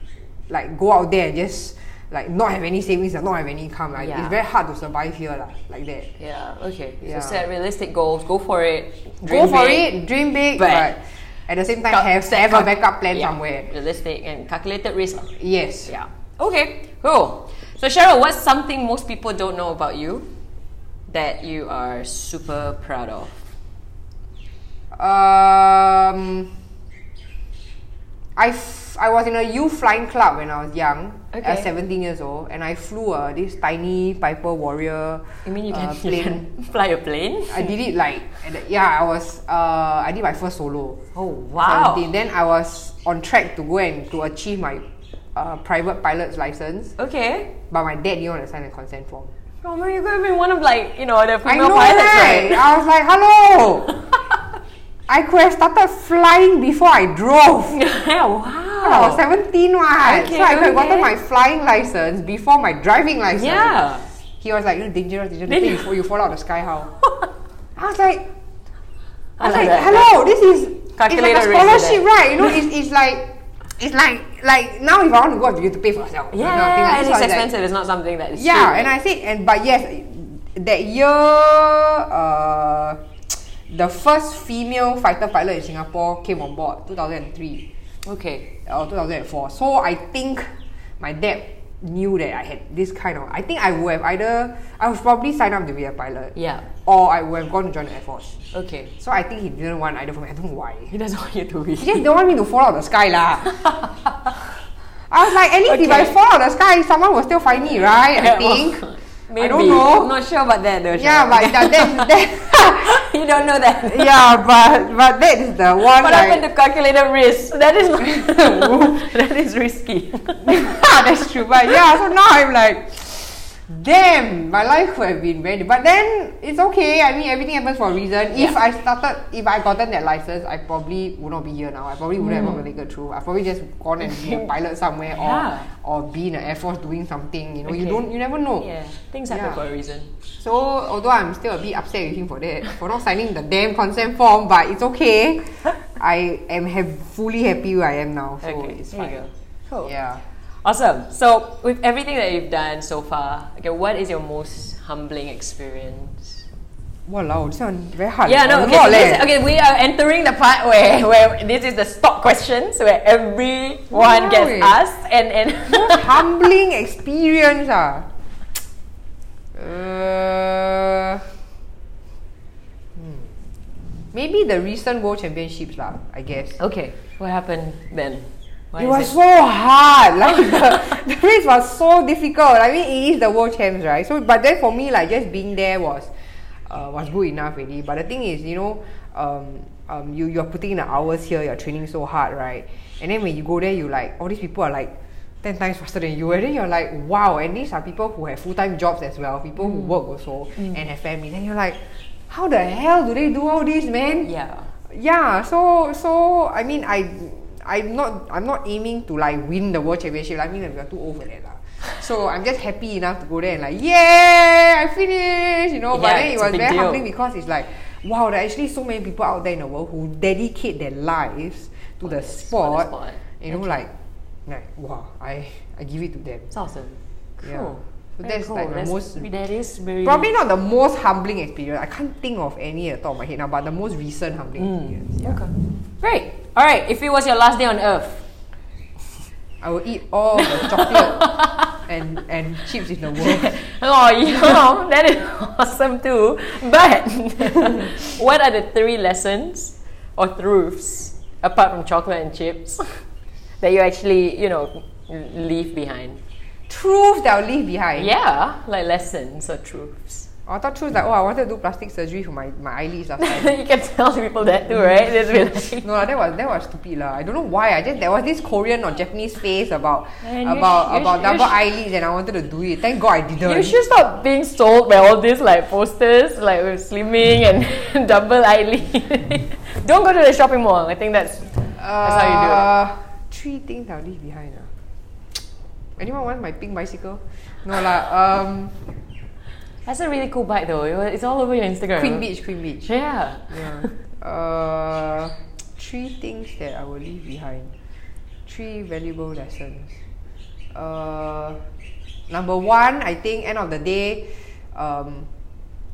[SPEAKER 2] like go out there and just like not have any savings and not have any income. Like
[SPEAKER 1] Yeah.
[SPEAKER 2] it's very hard to survive here lah, like that.
[SPEAKER 1] Yeah. Okay.
[SPEAKER 2] Yeah.
[SPEAKER 1] So set realistic goals. Go for it. dream
[SPEAKER 2] go for
[SPEAKER 1] big.
[SPEAKER 2] it, dream big, but,
[SPEAKER 1] but-
[SPEAKER 2] at the same time
[SPEAKER 1] Cal-
[SPEAKER 2] have
[SPEAKER 1] set
[SPEAKER 2] have a
[SPEAKER 1] cal-
[SPEAKER 2] backup plan
[SPEAKER 1] yeah,
[SPEAKER 2] somewhere.
[SPEAKER 1] Realistic and calculated risk. lah.
[SPEAKER 2] Yes.
[SPEAKER 1] Yeah. Okay. Cool. So Cheryl, what's something most people don't know about you that you are super proud of?
[SPEAKER 2] Um, I I, f- I was in a U flying club when I was young, at
[SPEAKER 3] Okay.
[SPEAKER 2] 17 years old, and I flew uh, this tiny Piper Warrior
[SPEAKER 1] You mean you
[SPEAKER 2] uh,
[SPEAKER 1] can
[SPEAKER 2] plane.
[SPEAKER 1] fly a plane?
[SPEAKER 2] I did it like, at the- yeah, I was, uh, I did my first solo.
[SPEAKER 1] Oh wow!
[SPEAKER 2] 17. Then I was on track to go and to achieve my uh, private pilot's license,
[SPEAKER 1] Okay.
[SPEAKER 2] but my dad didn't want to sign a consent form.
[SPEAKER 1] Oh man, you're gonna be one of like you know the
[SPEAKER 2] I
[SPEAKER 1] female
[SPEAKER 2] know,
[SPEAKER 1] pilots,
[SPEAKER 2] right? I was like, hello! I could have started flying before I drove. I was
[SPEAKER 1] wow.
[SPEAKER 2] 17 one.
[SPEAKER 1] Okay,
[SPEAKER 2] so I could have gotten
[SPEAKER 1] okay.
[SPEAKER 2] my flying license before my driving license.
[SPEAKER 1] Yeah.
[SPEAKER 2] He was like, you dangerous,
[SPEAKER 1] Then
[SPEAKER 2] dangerous. Then you,
[SPEAKER 1] you-
[SPEAKER 2] fall- you fall out of the sky, how? I was like, I
[SPEAKER 1] I
[SPEAKER 2] was like,
[SPEAKER 1] like that.
[SPEAKER 2] hello, this is
[SPEAKER 1] Calculated
[SPEAKER 2] it's
[SPEAKER 1] risk
[SPEAKER 2] like a
[SPEAKER 1] with that.
[SPEAKER 2] scholarship, right? You know, it's, it's like, it's like, like now if I want to go, I have to- you have to pay for yourself.
[SPEAKER 1] Yeah,
[SPEAKER 2] you know, thing like
[SPEAKER 1] and
[SPEAKER 2] this. So I
[SPEAKER 1] it's
[SPEAKER 2] was like,
[SPEAKER 1] expensive. it's not something that is.
[SPEAKER 2] yeah,
[SPEAKER 1] cheap.
[SPEAKER 2] and I said, and but yes, that year, uh, the first female fighter pilot in Singapore came on board, 2003
[SPEAKER 1] okay.
[SPEAKER 2] or 2004. So I think my dad knew that I had this kind of. I think I would have either I would probably sign up to be a pilot,
[SPEAKER 1] Yeah.
[SPEAKER 2] or I would have gone to join the air force.
[SPEAKER 1] Okay.
[SPEAKER 2] So I think he didn't want either for me. I don't know why.
[SPEAKER 1] He doesn't want you to be.
[SPEAKER 2] He just don't want me to fall out of the sky lah. I was like, at least if I
[SPEAKER 1] Okay.
[SPEAKER 2] fall out of the sky, someone will still find me, right? I
[SPEAKER 1] Yeah, well,
[SPEAKER 2] think.
[SPEAKER 1] Maybe.
[SPEAKER 2] I don't know.
[SPEAKER 1] I'm not sure about that though.
[SPEAKER 2] Yeah,
[SPEAKER 1] Cheryl.
[SPEAKER 2] but that, that, that
[SPEAKER 1] you don't know that.
[SPEAKER 2] yeah, but but that is the one.
[SPEAKER 1] What
[SPEAKER 2] like,
[SPEAKER 1] happened to calculated risk? That is not, that is risky.
[SPEAKER 2] that's true. But yeah, so now I'm like, damn, my life could have been very. But then it's okay. I mean, everything happens for a reason. If I started, if I gotten that license, I probably would not be here now. I probably wouldn't
[SPEAKER 1] Mm.
[SPEAKER 2] have gotten it through. I probably just gone and be a pilot somewhere
[SPEAKER 1] Yeah.
[SPEAKER 2] or or be in the air force doing something. You know, you
[SPEAKER 1] Okay.
[SPEAKER 2] don't, you never know.
[SPEAKER 1] yeah, things happen
[SPEAKER 2] Yeah.
[SPEAKER 1] for a reason.
[SPEAKER 2] So although I'm still a bit upset with him for that, for not signing the damn consent form, but it's okay. I am have fully happy where I am now, so
[SPEAKER 1] okay,
[SPEAKER 2] it's
[SPEAKER 1] there
[SPEAKER 2] fine.
[SPEAKER 1] you go. Cool.
[SPEAKER 2] Yeah.
[SPEAKER 1] Awesome. So, with everything that you've done so far, okay, what is your most humbling experience?
[SPEAKER 2] Wow, this one very hard.
[SPEAKER 1] Yeah,
[SPEAKER 2] A
[SPEAKER 1] no, okay, so
[SPEAKER 2] lot
[SPEAKER 1] this-
[SPEAKER 2] leh.
[SPEAKER 1] okay, we are entering the part where, where this is the stock questions where everyone gets
[SPEAKER 2] Right.
[SPEAKER 1] asked and, and
[SPEAKER 2] Most humbling experience ah. Uh, hmm. Maybe the recent World Championships lah, I guess.
[SPEAKER 1] Okay, what happened then? Why
[SPEAKER 2] it
[SPEAKER 1] is
[SPEAKER 2] was so hard. Like the, the race was so difficult. I mean, it is the world champs, right? So, but then for me, like just being there was uh, was good enough really. But the thing is, you know, um, um, you you're putting in the hours here. You're training so hard, right? And then when you go there, you like all these people are like. 10 times faster than you and then you're like wow and these are people who have full-time jobs as well people
[SPEAKER 1] Mm.
[SPEAKER 2] who work also and have families and you're like how the hell do they do all this man
[SPEAKER 1] Yeah.
[SPEAKER 2] yeah so so i mean i i'm not i'm not aiming to like win the world championship i mean we're too old for that lah. so i'm just happy enough to go there and like yeah i finished you know
[SPEAKER 1] Yeah,
[SPEAKER 2] but then it
[SPEAKER 1] it's a
[SPEAKER 2] was
[SPEAKER 1] big
[SPEAKER 2] very
[SPEAKER 1] deal.
[SPEAKER 2] humbling because it's like wow there are actually so many people out there in the world who dedicate their lives to the
[SPEAKER 1] this- for the
[SPEAKER 2] sport,
[SPEAKER 1] sport.
[SPEAKER 2] you know like like wow i i give it to them
[SPEAKER 1] It's awesome. Cool.
[SPEAKER 2] Yeah. So
[SPEAKER 1] Very
[SPEAKER 2] that's
[SPEAKER 1] cool.
[SPEAKER 2] like my most-
[SPEAKER 1] That is very
[SPEAKER 2] probably not the most humbling experience i can't think of any at the top of my head now but the most recent humbling
[SPEAKER 1] Mm.
[SPEAKER 2] experience yeah.
[SPEAKER 1] Okay. Great. All right. If it was your last day on Earth,
[SPEAKER 2] I will eat all the chocolate and, and chips in the world.
[SPEAKER 1] oh, you know, that is awesome too. But what are the three lessons or truths apart from chocolate and chips that you actually, you know, leave behind?
[SPEAKER 2] Truth that I'll leave behind.
[SPEAKER 1] Yeah, like lessons or truths.
[SPEAKER 2] I thought truth like, oh, I wanted to do plastic surgery for my, my eyelids last time.
[SPEAKER 1] you can tell people that too, right? Just be like,
[SPEAKER 2] No, lah, that was that was stupid lah. I don't know why. I just there was this Korean or Japanese face about
[SPEAKER 1] Man, you sh-
[SPEAKER 2] about
[SPEAKER 1] you
[SPEAKER 2] about
[SPEAKER 1] sh- you
[SPEAKER 2] double
[SPEAKER 1] sh-
[SPEAKER 2] eyelids, and I wanted to do it. Thank God I didn't.
[SPEAKER 1] You should stop being sold by all these like posters, like with slimming and double eyelid. Don't go to the shopping mall. I think that's that's how you do it.
[SPEAKER 2] Uh, Three things I'll leave behind. ah. Anyone want my pink bicycle? No lah. Um,
[SPEAKER 1] That's a really cool bike though. It was- It's all over your Instagram.
[SPEAKER 2] Queen Beach, Queen Beach.
[SPEAKER 1] Yeah.
[SPEAKER 2] Yeah. Uh, three things that I will leave behind. Three valuable lessons. Uh, number one, I think end of the day, um,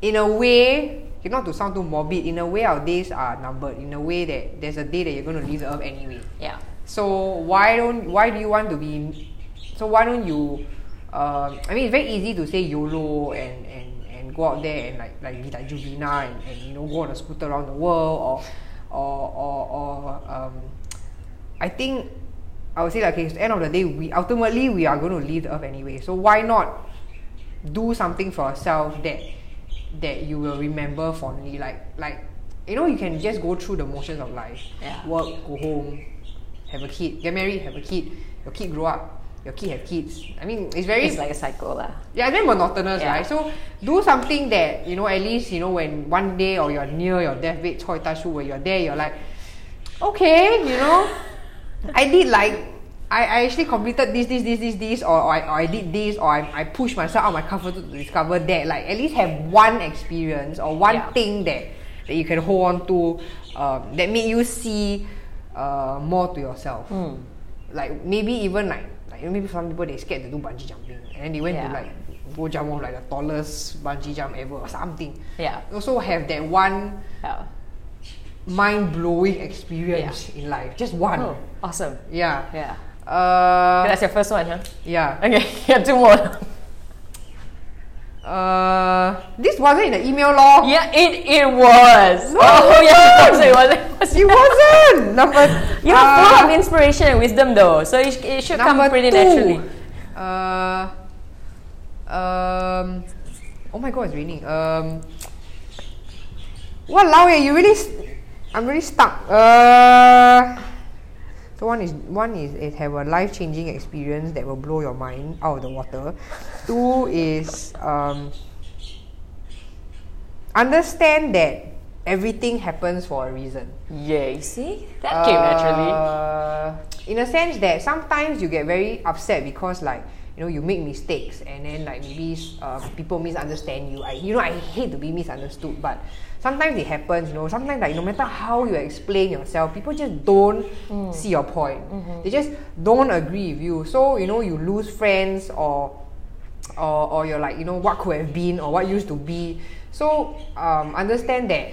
[SPEAKER 2] in a way, okay, not to sound too morbid, in a way our days are numbered. In a way that there's a day that you're going to leave the earth anyway.
[SPEAKER 1] Yeah.
[SPEAKER 2] So why don't why do you want to be? So why don't you? Um, I mean, it's very easy to say YOLO and and and go out there and like like be like Juvina and, and you know go on a scooter around the world or or or, or um, I think I would say like, okay, it's the end of the day, we ultimately we are going to leave the earth anyway. So why not do something for yourself that that you will remember fondly? Like like you know, you can just go through the motions of life.
[SPEAKER 3] Yeah.
[SPEAKER 2] Work, go home, have a kid, get married, have a kid, your kid grow up, your kid have kids. I mean, it's very
[SPEAKER 3] It's like a cycle lah.
[SPEAKER 2] yeah, it's very monotonous,
[SPEAKER 3] Yeah.
[SPEAKER 2] right? So do something that you know at least you know when one day or you're near your deathbed, choi tashu, where you're there, you're like, okay, you know, I did like. I, I actually completed this, this, this, this, this, or, or, I, or I did this, or I, I pushed myself out of my comfort zone to discover that. Like, at least have one experience or one
[SPEAKER 3] Yeah.
[SPEAKER 2] thing that, that you can hold on to um, that made you see uh, more to yourself.
[SPEAKER 3] Hmm.
[SPEAKER 2] Like, maybe even like, like, you know, maybe some people they scared to do bungee jumping and then they went to
[SPEAKER 3] Yeah.
[SPEAKER 2] like go jump off like the tallest bungee jump ever or something.
[SPEAKER 3] Yeah.
[SPEAKER 2] Also have that one
[SPEAKER 3] Yeah.
[SPEAKER 2] mind blowing experience in life. Just one.
[SPEAKER 3] Oh, awesome.
[SPEAKER 2] Yeah.
[SPEAKER 3] Yeah.
[SPEAKER 2] Uh,
[SPEAKER 3] That's your first one, huh?
[SPEAKER 2] yeah.
[SPEAKER 3] Okay, yeah, two more.
[SPEAKER 2] Uh, this wasn't in the email law.
[SPEAKER 3] Yeah, it it was.
[SPEAKER 2] No,
[SPEAKER 3] oh,
[SPEAKER 2] it
[SPEAKER 3] yeah, it was.
[SPEAKER 2] wasn't.
[SPEAKER 3] It was. It was.
[SPEAKER 2] It wasn't number.
[SPEAKER 3] You're
[SPEAKER 2] uh,
[SPEAKER 3] full of inspiration and wisdom, though, so it, sh- it should come
[SPEAKER 2] number
[SPEAKER 3] pretty
[SPEAKER 2] two.
[SPEAKER 3] naturally.
[SPEAKER 2] Uh, um, oh my god, it's raining. Um, walao eh, you really, s- I'm really stuck. Uh, so one is one is it have a life changing experience that will blow your mind out of the water. Two is um, understand that everything happens for a reason.
[SPEAKER 3] Yeah, you see, that came naturally.
[SPEAKER 2] Uh, In a sense that sometimes you get very upset because like you know you make mistakes and then like maybe uh, people misunderstand you. I you know I hate to be misunderstood, but sometimes it happens. You know sometimes like no matter how you explain yourself, people just don't
[SPEAKER 3] Mm.
[SPEAKER 2] see your point.
[SPEAKER 3] Mm-hmm.
[SPEAKER 2] They just don't agree with you. So you know you lose friends or or, or you're like you know what could have been or what used to be so um, understand that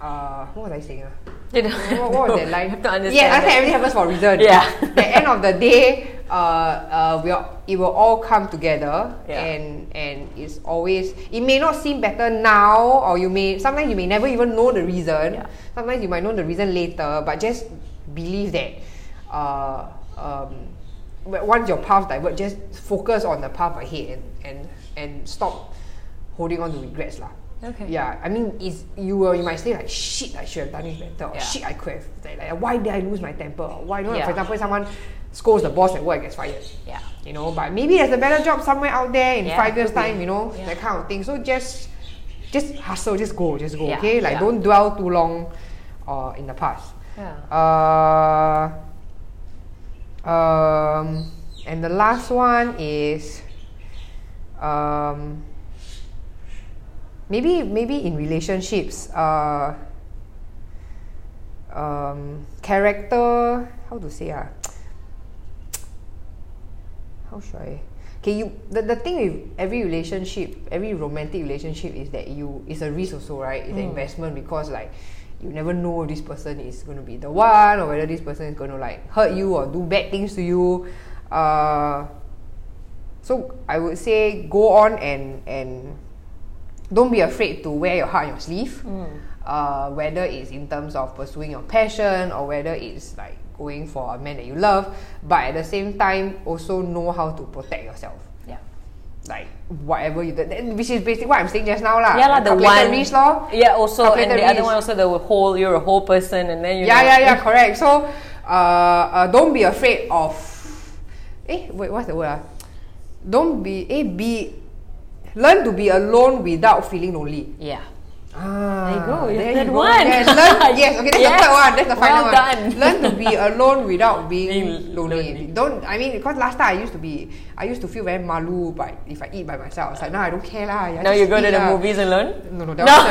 [SPEAKER 2] uh, what was I saying ah?
[SPEAKER 3] You know,
[SPEAKER 2] what, what was that line
[SPEAKER 3] You have to understand.
[SPEAKER 2] yeah
[SPEAKER 3] that.
[SPEAKER 2] understand everything happens for a reason
[SPEAKER 3] Yeah.
[SPEAKER 2] the end of the day uh, uh, we are, it will all come together
[SPEAKER 3] Yeah.
[SPEAKER 2] and and it's always it may not seem better now or you may sometimes you may never even know the reason
[SPEAKER 3] Yeah.
[SPEAKER 2] sometimes you might know the reason later but just believe that uh, um, w- once your path divert just focus on the path ahead and and, and stop holding on to regrets lah
[SPEAKER 3] Okay.
[SPEAKER 2] yeah I mean it's you will you might say like shit I should have done it better or
[SPEAKER 3] Yeah.
[SPEAKER 2] shit I could have like, like, why did I lose my temper or why don't I,
[SPEAKER 3] Yeah.
[SPEAKER 2] for example someone scolds the boss at work and gets fired
[SPEAKER 3] Yeah.
[SPEAKER 2] you know but maybe there's a better job somewhere out there in
[SPEAKER 3] Yeah,
[SPEAKER 2] five years
[SPEAKER 3] could be.
[SPEAKER 2] time you know
[SPEAKER 3] Yeah.
[SPEAKER 2] that kind of thing so just just hustle just go just go
[SPEAKER 3] Yeah,
[SPEAKER 2] okay
[SPEAKER 3] yeah.
[SPEAKER 2] like don't dwell too long uh, in the past
[SPEAKER 3] Yeah.
[SPEAKER 2] uh, um, and the last one is um, maybe maybe in relationships uh, um, character how to say ah how should I okay you the, the thing with every relationship every romantic relationship is that you it's a risk also right it's an investment because like you never know if this person is going to be the one or whether this person is going to like hurt you or do bad things to you uh, so I would say go on and and don't be afraid to wear your heart on your sleeve.
[SPEAKER 3] Mm.
[SPEAKER 2] Uh, whether it's in terms of pursuing your passion or whether it's like going for a man that you love, but at the same time also know how to protect yourself.
[SPEAKER 3] Yeah.
[SPEAKER 2] Like whatever you do, Then- which is basically what I'm saying just now lah.
[SPEAKER 3] Yeah, lah, the
[SPEAKER 2] Calculated
[SPEAKER 3] one.
[SPEAKER 2] risk lor.
[SPEAKER 3] Yeah, also, and
[SPEAKER 2] Calculated
[SPEAKER 3] the other
[SPEAKER 2] risk.
[SPEAKER 3] one also the whole. You're a whole person, and then you.
[SPEAKER 2] yeah,
[SPEAKER 3] know,
[SPEAKER 2] yeah, yeah, correct. So, uh, uh, don't be afraid of. Eh, wait, what's the word? Ah? Don't be. Eh, be. Learn to be alone without feeling lonely.
[SPEAKER 3] Yeah.
[SPEAKER 2] Ah,
[SPEAKER 3] you go, you
[SPEAKER 2] there
[SPEAKER 3] third
[SPEAKER 2] you go.
[SPEAKER 3] one.
[SPEAKER 2] Yes, learn, yes, okay, that's
[SPEAKER 3] Yes.
[SPEAKER 2] the third one. That's the final
[SPEAKER 3] Well
[SPEAKER 2] one.
[SPEAKER 3] done.
[SPEAKER 2] Learn to be alone without
[SPEAKER 3] Being
[SPEAKER 2] being lonely.
[SPEAKER 3] lonely.
[SPEAKER 2] Don't. I mean, because last time I used to be, I used to feel very malu, but if I eat by myself, I was like, nah, I don't care lah. I
[SPEAKER 3] Now you
[SPEAKER 2] just
[SPEAKER 3] go to
[SPEAKER 2] eat
[SPEAKER 3] the
[SPEAKER 2] lah.
[SPEAKER 3] movies alone.
[SPEAKER 2] No, no, that
[SPEAKER 3] No.
[SPEAKER 2] was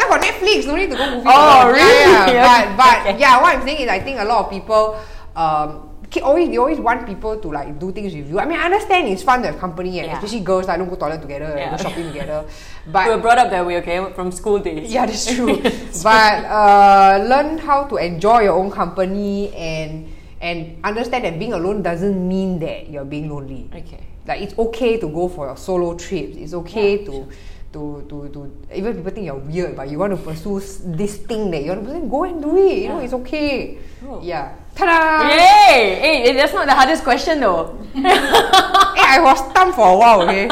[SPEAKER 2] that got Netflix. No need to go movie.
[SPEAKER 3] Oh,
[SPEAKER 2] alone.
[SPEAKER 3] really?
[SPEAKER 2] Yeah, yeah. But but
[SPEAKER 3] Okay.
[SPEAKER 2] yeah, what I'm saying is, I think a lot of people. Um, ki- Always, they always want people to like do things with you. I mean, I understand it's fun to have company, and
[SPEAKER 3] Yeah.
[SPEAKER 2] especially girls like don't go toilet together, and
[SPEAKER 3] Yeah.
[SPEAKER 2] go shopping together.
[SPEAKER 3] We were
[SPEAKER 2] But
[SPEAKER 3] brought up that way, okay, from school days.
[SPEAKER 2] yeah, that's true. but uh, learn how to enjoy your own company and and understand that being alone doesn't mean that you're being lonely
[SPEAKER 3] Okay.
[SPEAKER 2] like it's okay to go for your solo trips it's okay to to to to even people think you're weird but you want to pursue s- this thing that you want to pursue go and do it you know
[SPEAKER 3] Yeah.
[SPEAKER 2] it's okay
[SPEAKER 3] Oh.
[SPEAKER 2] yeah Ta-da!
[SPEAKER 1] Yay! Hey, that's not the hardest question though.
[SPEAKER 2] Eh, I was stumped for a while, okay?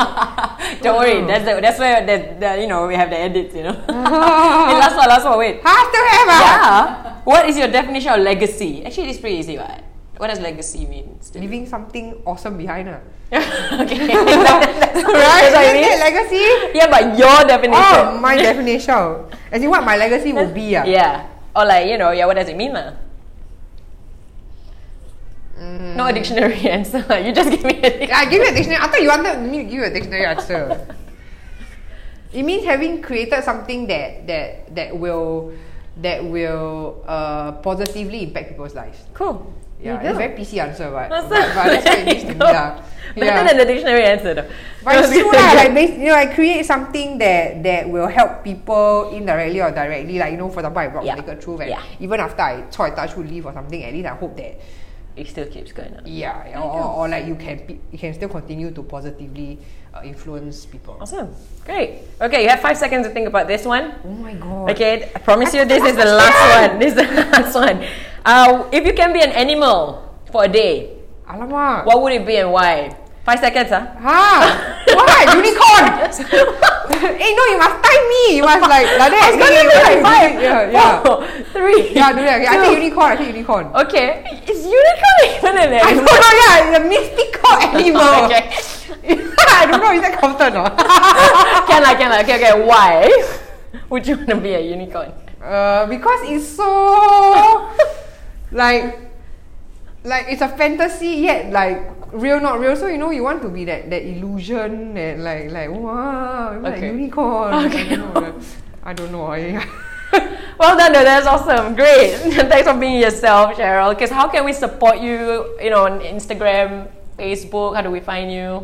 [SPEAKER 1] Don't worry,
[SPEAKER 3] Oh.
[SPEAKER 1] that's the, that's where the, the you know we have the edits, you know.
[SPEAKER 3] Uh,
[SPEAKER 1] hey, last one, last one, wait.
[SPEAKER 2] Have to have ah! a
[SPEAKER 1] Yeah. What is your definition of legacy? Actually, it's pretty easy, right? What does legacy mean?
[SPEAKER 2] leaving something awesome behind. Uh.
[SPEAKER 1] okay.
[SPEAKER 2] Right?
[SPEAKER 1] That's what it
[SPEAKER 2] Isn't
[SPEAKER 1] means.
[SPEAKER 2] that legacy?
[SPEAKER 1] Yeah, but your definition.
[SPEAKER 2] Oh, my definition. As in what my legacy will be. Uh.
[SPEAKER 1] Yeah. Or like, you know, yeah, what does it mean? lah? No dictionary answer. You just give me a dictionary.
[SPEAKER 2] I give you a dictionary. I thought you wanted me to give you a dictionary answer. it means having created something that that that will that will uh, positively impact people's lives.
[SPEAKER 1] Cool.
[SPEAKER 2] Yeah,
[SPEAKER 1] There you
[SPEAKER 2] it's a
[SPEAKER 1] go.
[SPEAKER 2] very PC answer, but,
[SPEAKER 1] Awesome.
[SPEAKER 2] but, but that's what it means to me.
[SPEAKER 1] There you
[SPEAKER 2] Yeah.
[SPEAKER 1] go. Better than the dictionary answer though.
[SPEAKER 2] But it's true lah. Like bas- you know, I create something that that will help people indirectly or directly. Like you know, for example, I brought
[SPEAKER 1] Yeah.
[SPEAKER 2] naked truth, and
[SPEAKER 1] Yeah.
[SPEAKER 2] even after I try touch wood leave or something, at least I hope that
[SPEAKER 1] it still keeps going on.
[SPEAKER 2] yeah, or, or, or like you can pe- you can still continue to positively uh, influence people.
[SPEAKER 1] Awesome. Oh, Great. Okay, you have five seconds to think about this one.
[SPEAKER 2] Oh my god.
[SPEAKER 1] Okay, I promise you this is the last one. This is the last one. Uh, if you can be an animal for a day,
[SPEAKER 2] Alamak.
[SPEAKER 1] what would it be and why? Five seconds, huh?
[SPEAKER 2] Ha! What? Unicorn! eh, no, you must time me. You must like, like
[SPEAKER 1] I
[SPEAKER 2] that.
[SPEAKER 1] was gonna
[SPEAKER 2] Eh,
[SPEAKER 1] do
[SPEAKER 2] what
[SPEAKER 1] like
[SPEAKER 2] you
[SPEAKER 1] five,
[SPEAKER 2] doing? Yeah, yeah.
[SPEAKER 1] four, three.
[SPEAKER 2] yeah, do that. Okay, I
[SPEAKER 1] two.
[SPEAKER 2] think unicorn. I think unicorn.
[SPEAKER 1] Okay, is unicorn even an
[SPEAKER 2] I don't
[SPEAKER 1] animal?
[SPEAKER 2] know, yeah, it's a mystical animal.
[SPEAKER 1] okay.
[SPEAKER 2] I don't know, is that counted or not?
[SPEAKER 1] can I? Can I? Okay, okay. Why would you want to be a unicorn?
[SPEAKER 2] Uh, because it's so like like it's a fantasy yet like real not real. So you know you want to be that that illusion and like like wow, like
[SPEAKER 1] Okay.
[SPEAKER 2] unicorn.
[SPEAKER 1] Okay.
[SPEAKER 2] You know, like, I don't know. eh. I,
[SPEAKER 1] Well done, though. That's awesome. Great. Thanks for being yourself, Cheryl. Because how can we support you? You know, on Instagram, Facebook. How do we find you?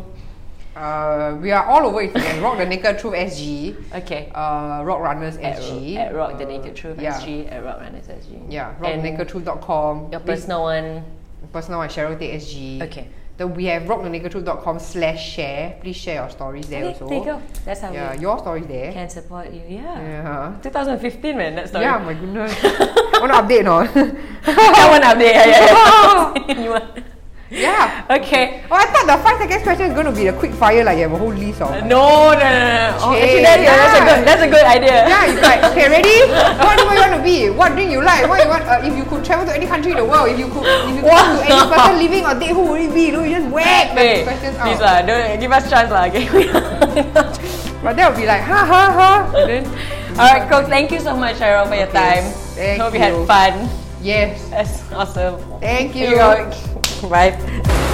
[SPEAKER 2] uh, we are all over Instagram. Rock the Naked Truth SG.
[SPEAKER 1] Okay.
[SPEAKER 2] Uh, Rock Runners
[SPEAKER 1] At,
[SPEAKER 2] SG.
[SPEAKER 1] at Rock the
[SPEAKER 2] Uh,
[SPEAKER 1] Naked Truth
[SPEAKER 2] yeah.
[SPEAKER 1] SG at Rock Runners SG.
[SPEAKER 2] Yeah,
[SPEAKER 1] And
[SPEAKER 2] rockthenakerdtruth.com.
[SPEAKER 1] Your
[SPEAKER 2] This-
[SPEAKER 1] personal one.
[SPEAKER 2] personal one, Cheryl Tay SG.
[SPEAKER 1] Okay.
[SPEAKER 2] Then we have rockthenakedtruth.com slash share. Please share your stories there
[SPEAKER 1] Okay,
[SPEAKER 2] also.
[SPEAKER 1] there you go. That's how
[SPEAKER 2] Yeah,
[SPEAKER 1] we
[SPEAKER 2] your stories there.
[SPEAKER 1] can support you. Yeah.
[SPEAKER 2] Yeah.
[SPEAKER 1] 2015, man. That story.
[SPEAKER 2] Yeah, my goodness. Want to update or not?
[SPEAKER 1] that one up there. Yeah, yeah, yeah. You want-
[SPEAKER 2] yeah.
[SPEAKER 1] okay.
[SPEAKER 2] Oh, I thought the five seconds question is going to be the quick fire, like you have a whole list of.
[SPEAKER 1] No, no, no, no. Oh, actually, that,
[SPEAKER 2] Yeah.
[SPEAKER 1] that's a good. That's a good idea.
[SPEAKER 2] Yeah, it's like, okay, ready? What do you want to be? What drink you like? What you want? Uh, if you could travel to any country in the world, if you could, if you could talk to any person living or dead, who would it be? No, you just whack
[SPEAKER 1] Hey,
[SPEAKER 2] the questions
[SPEAKER 1] please
[SPEAKER 2] out.
[SPEAKER 1] lah, don't give us chance lah. Okay.
[SPEAKER 2] But that would be like, ha ha ha. And then,
[SPEAKER 1] All right, cool. Thank you so much, Cheryl, for your
[SPEAKER 2] Okay,
[SPEAKER 1] time.
[SPEAKER 2] thank
[SPEAKER 1] Hope you had
[SPEAKER 2] you.
[SPEAKER 1] fun.
[SPEAKER 2] yes.
[SPEAKER 1] That's awesome.
[SPEAKER 2] Thank
[SPEAKER 1] Here you
[SPEAKER 2] you.
[SPEAKER 1] go. Bye.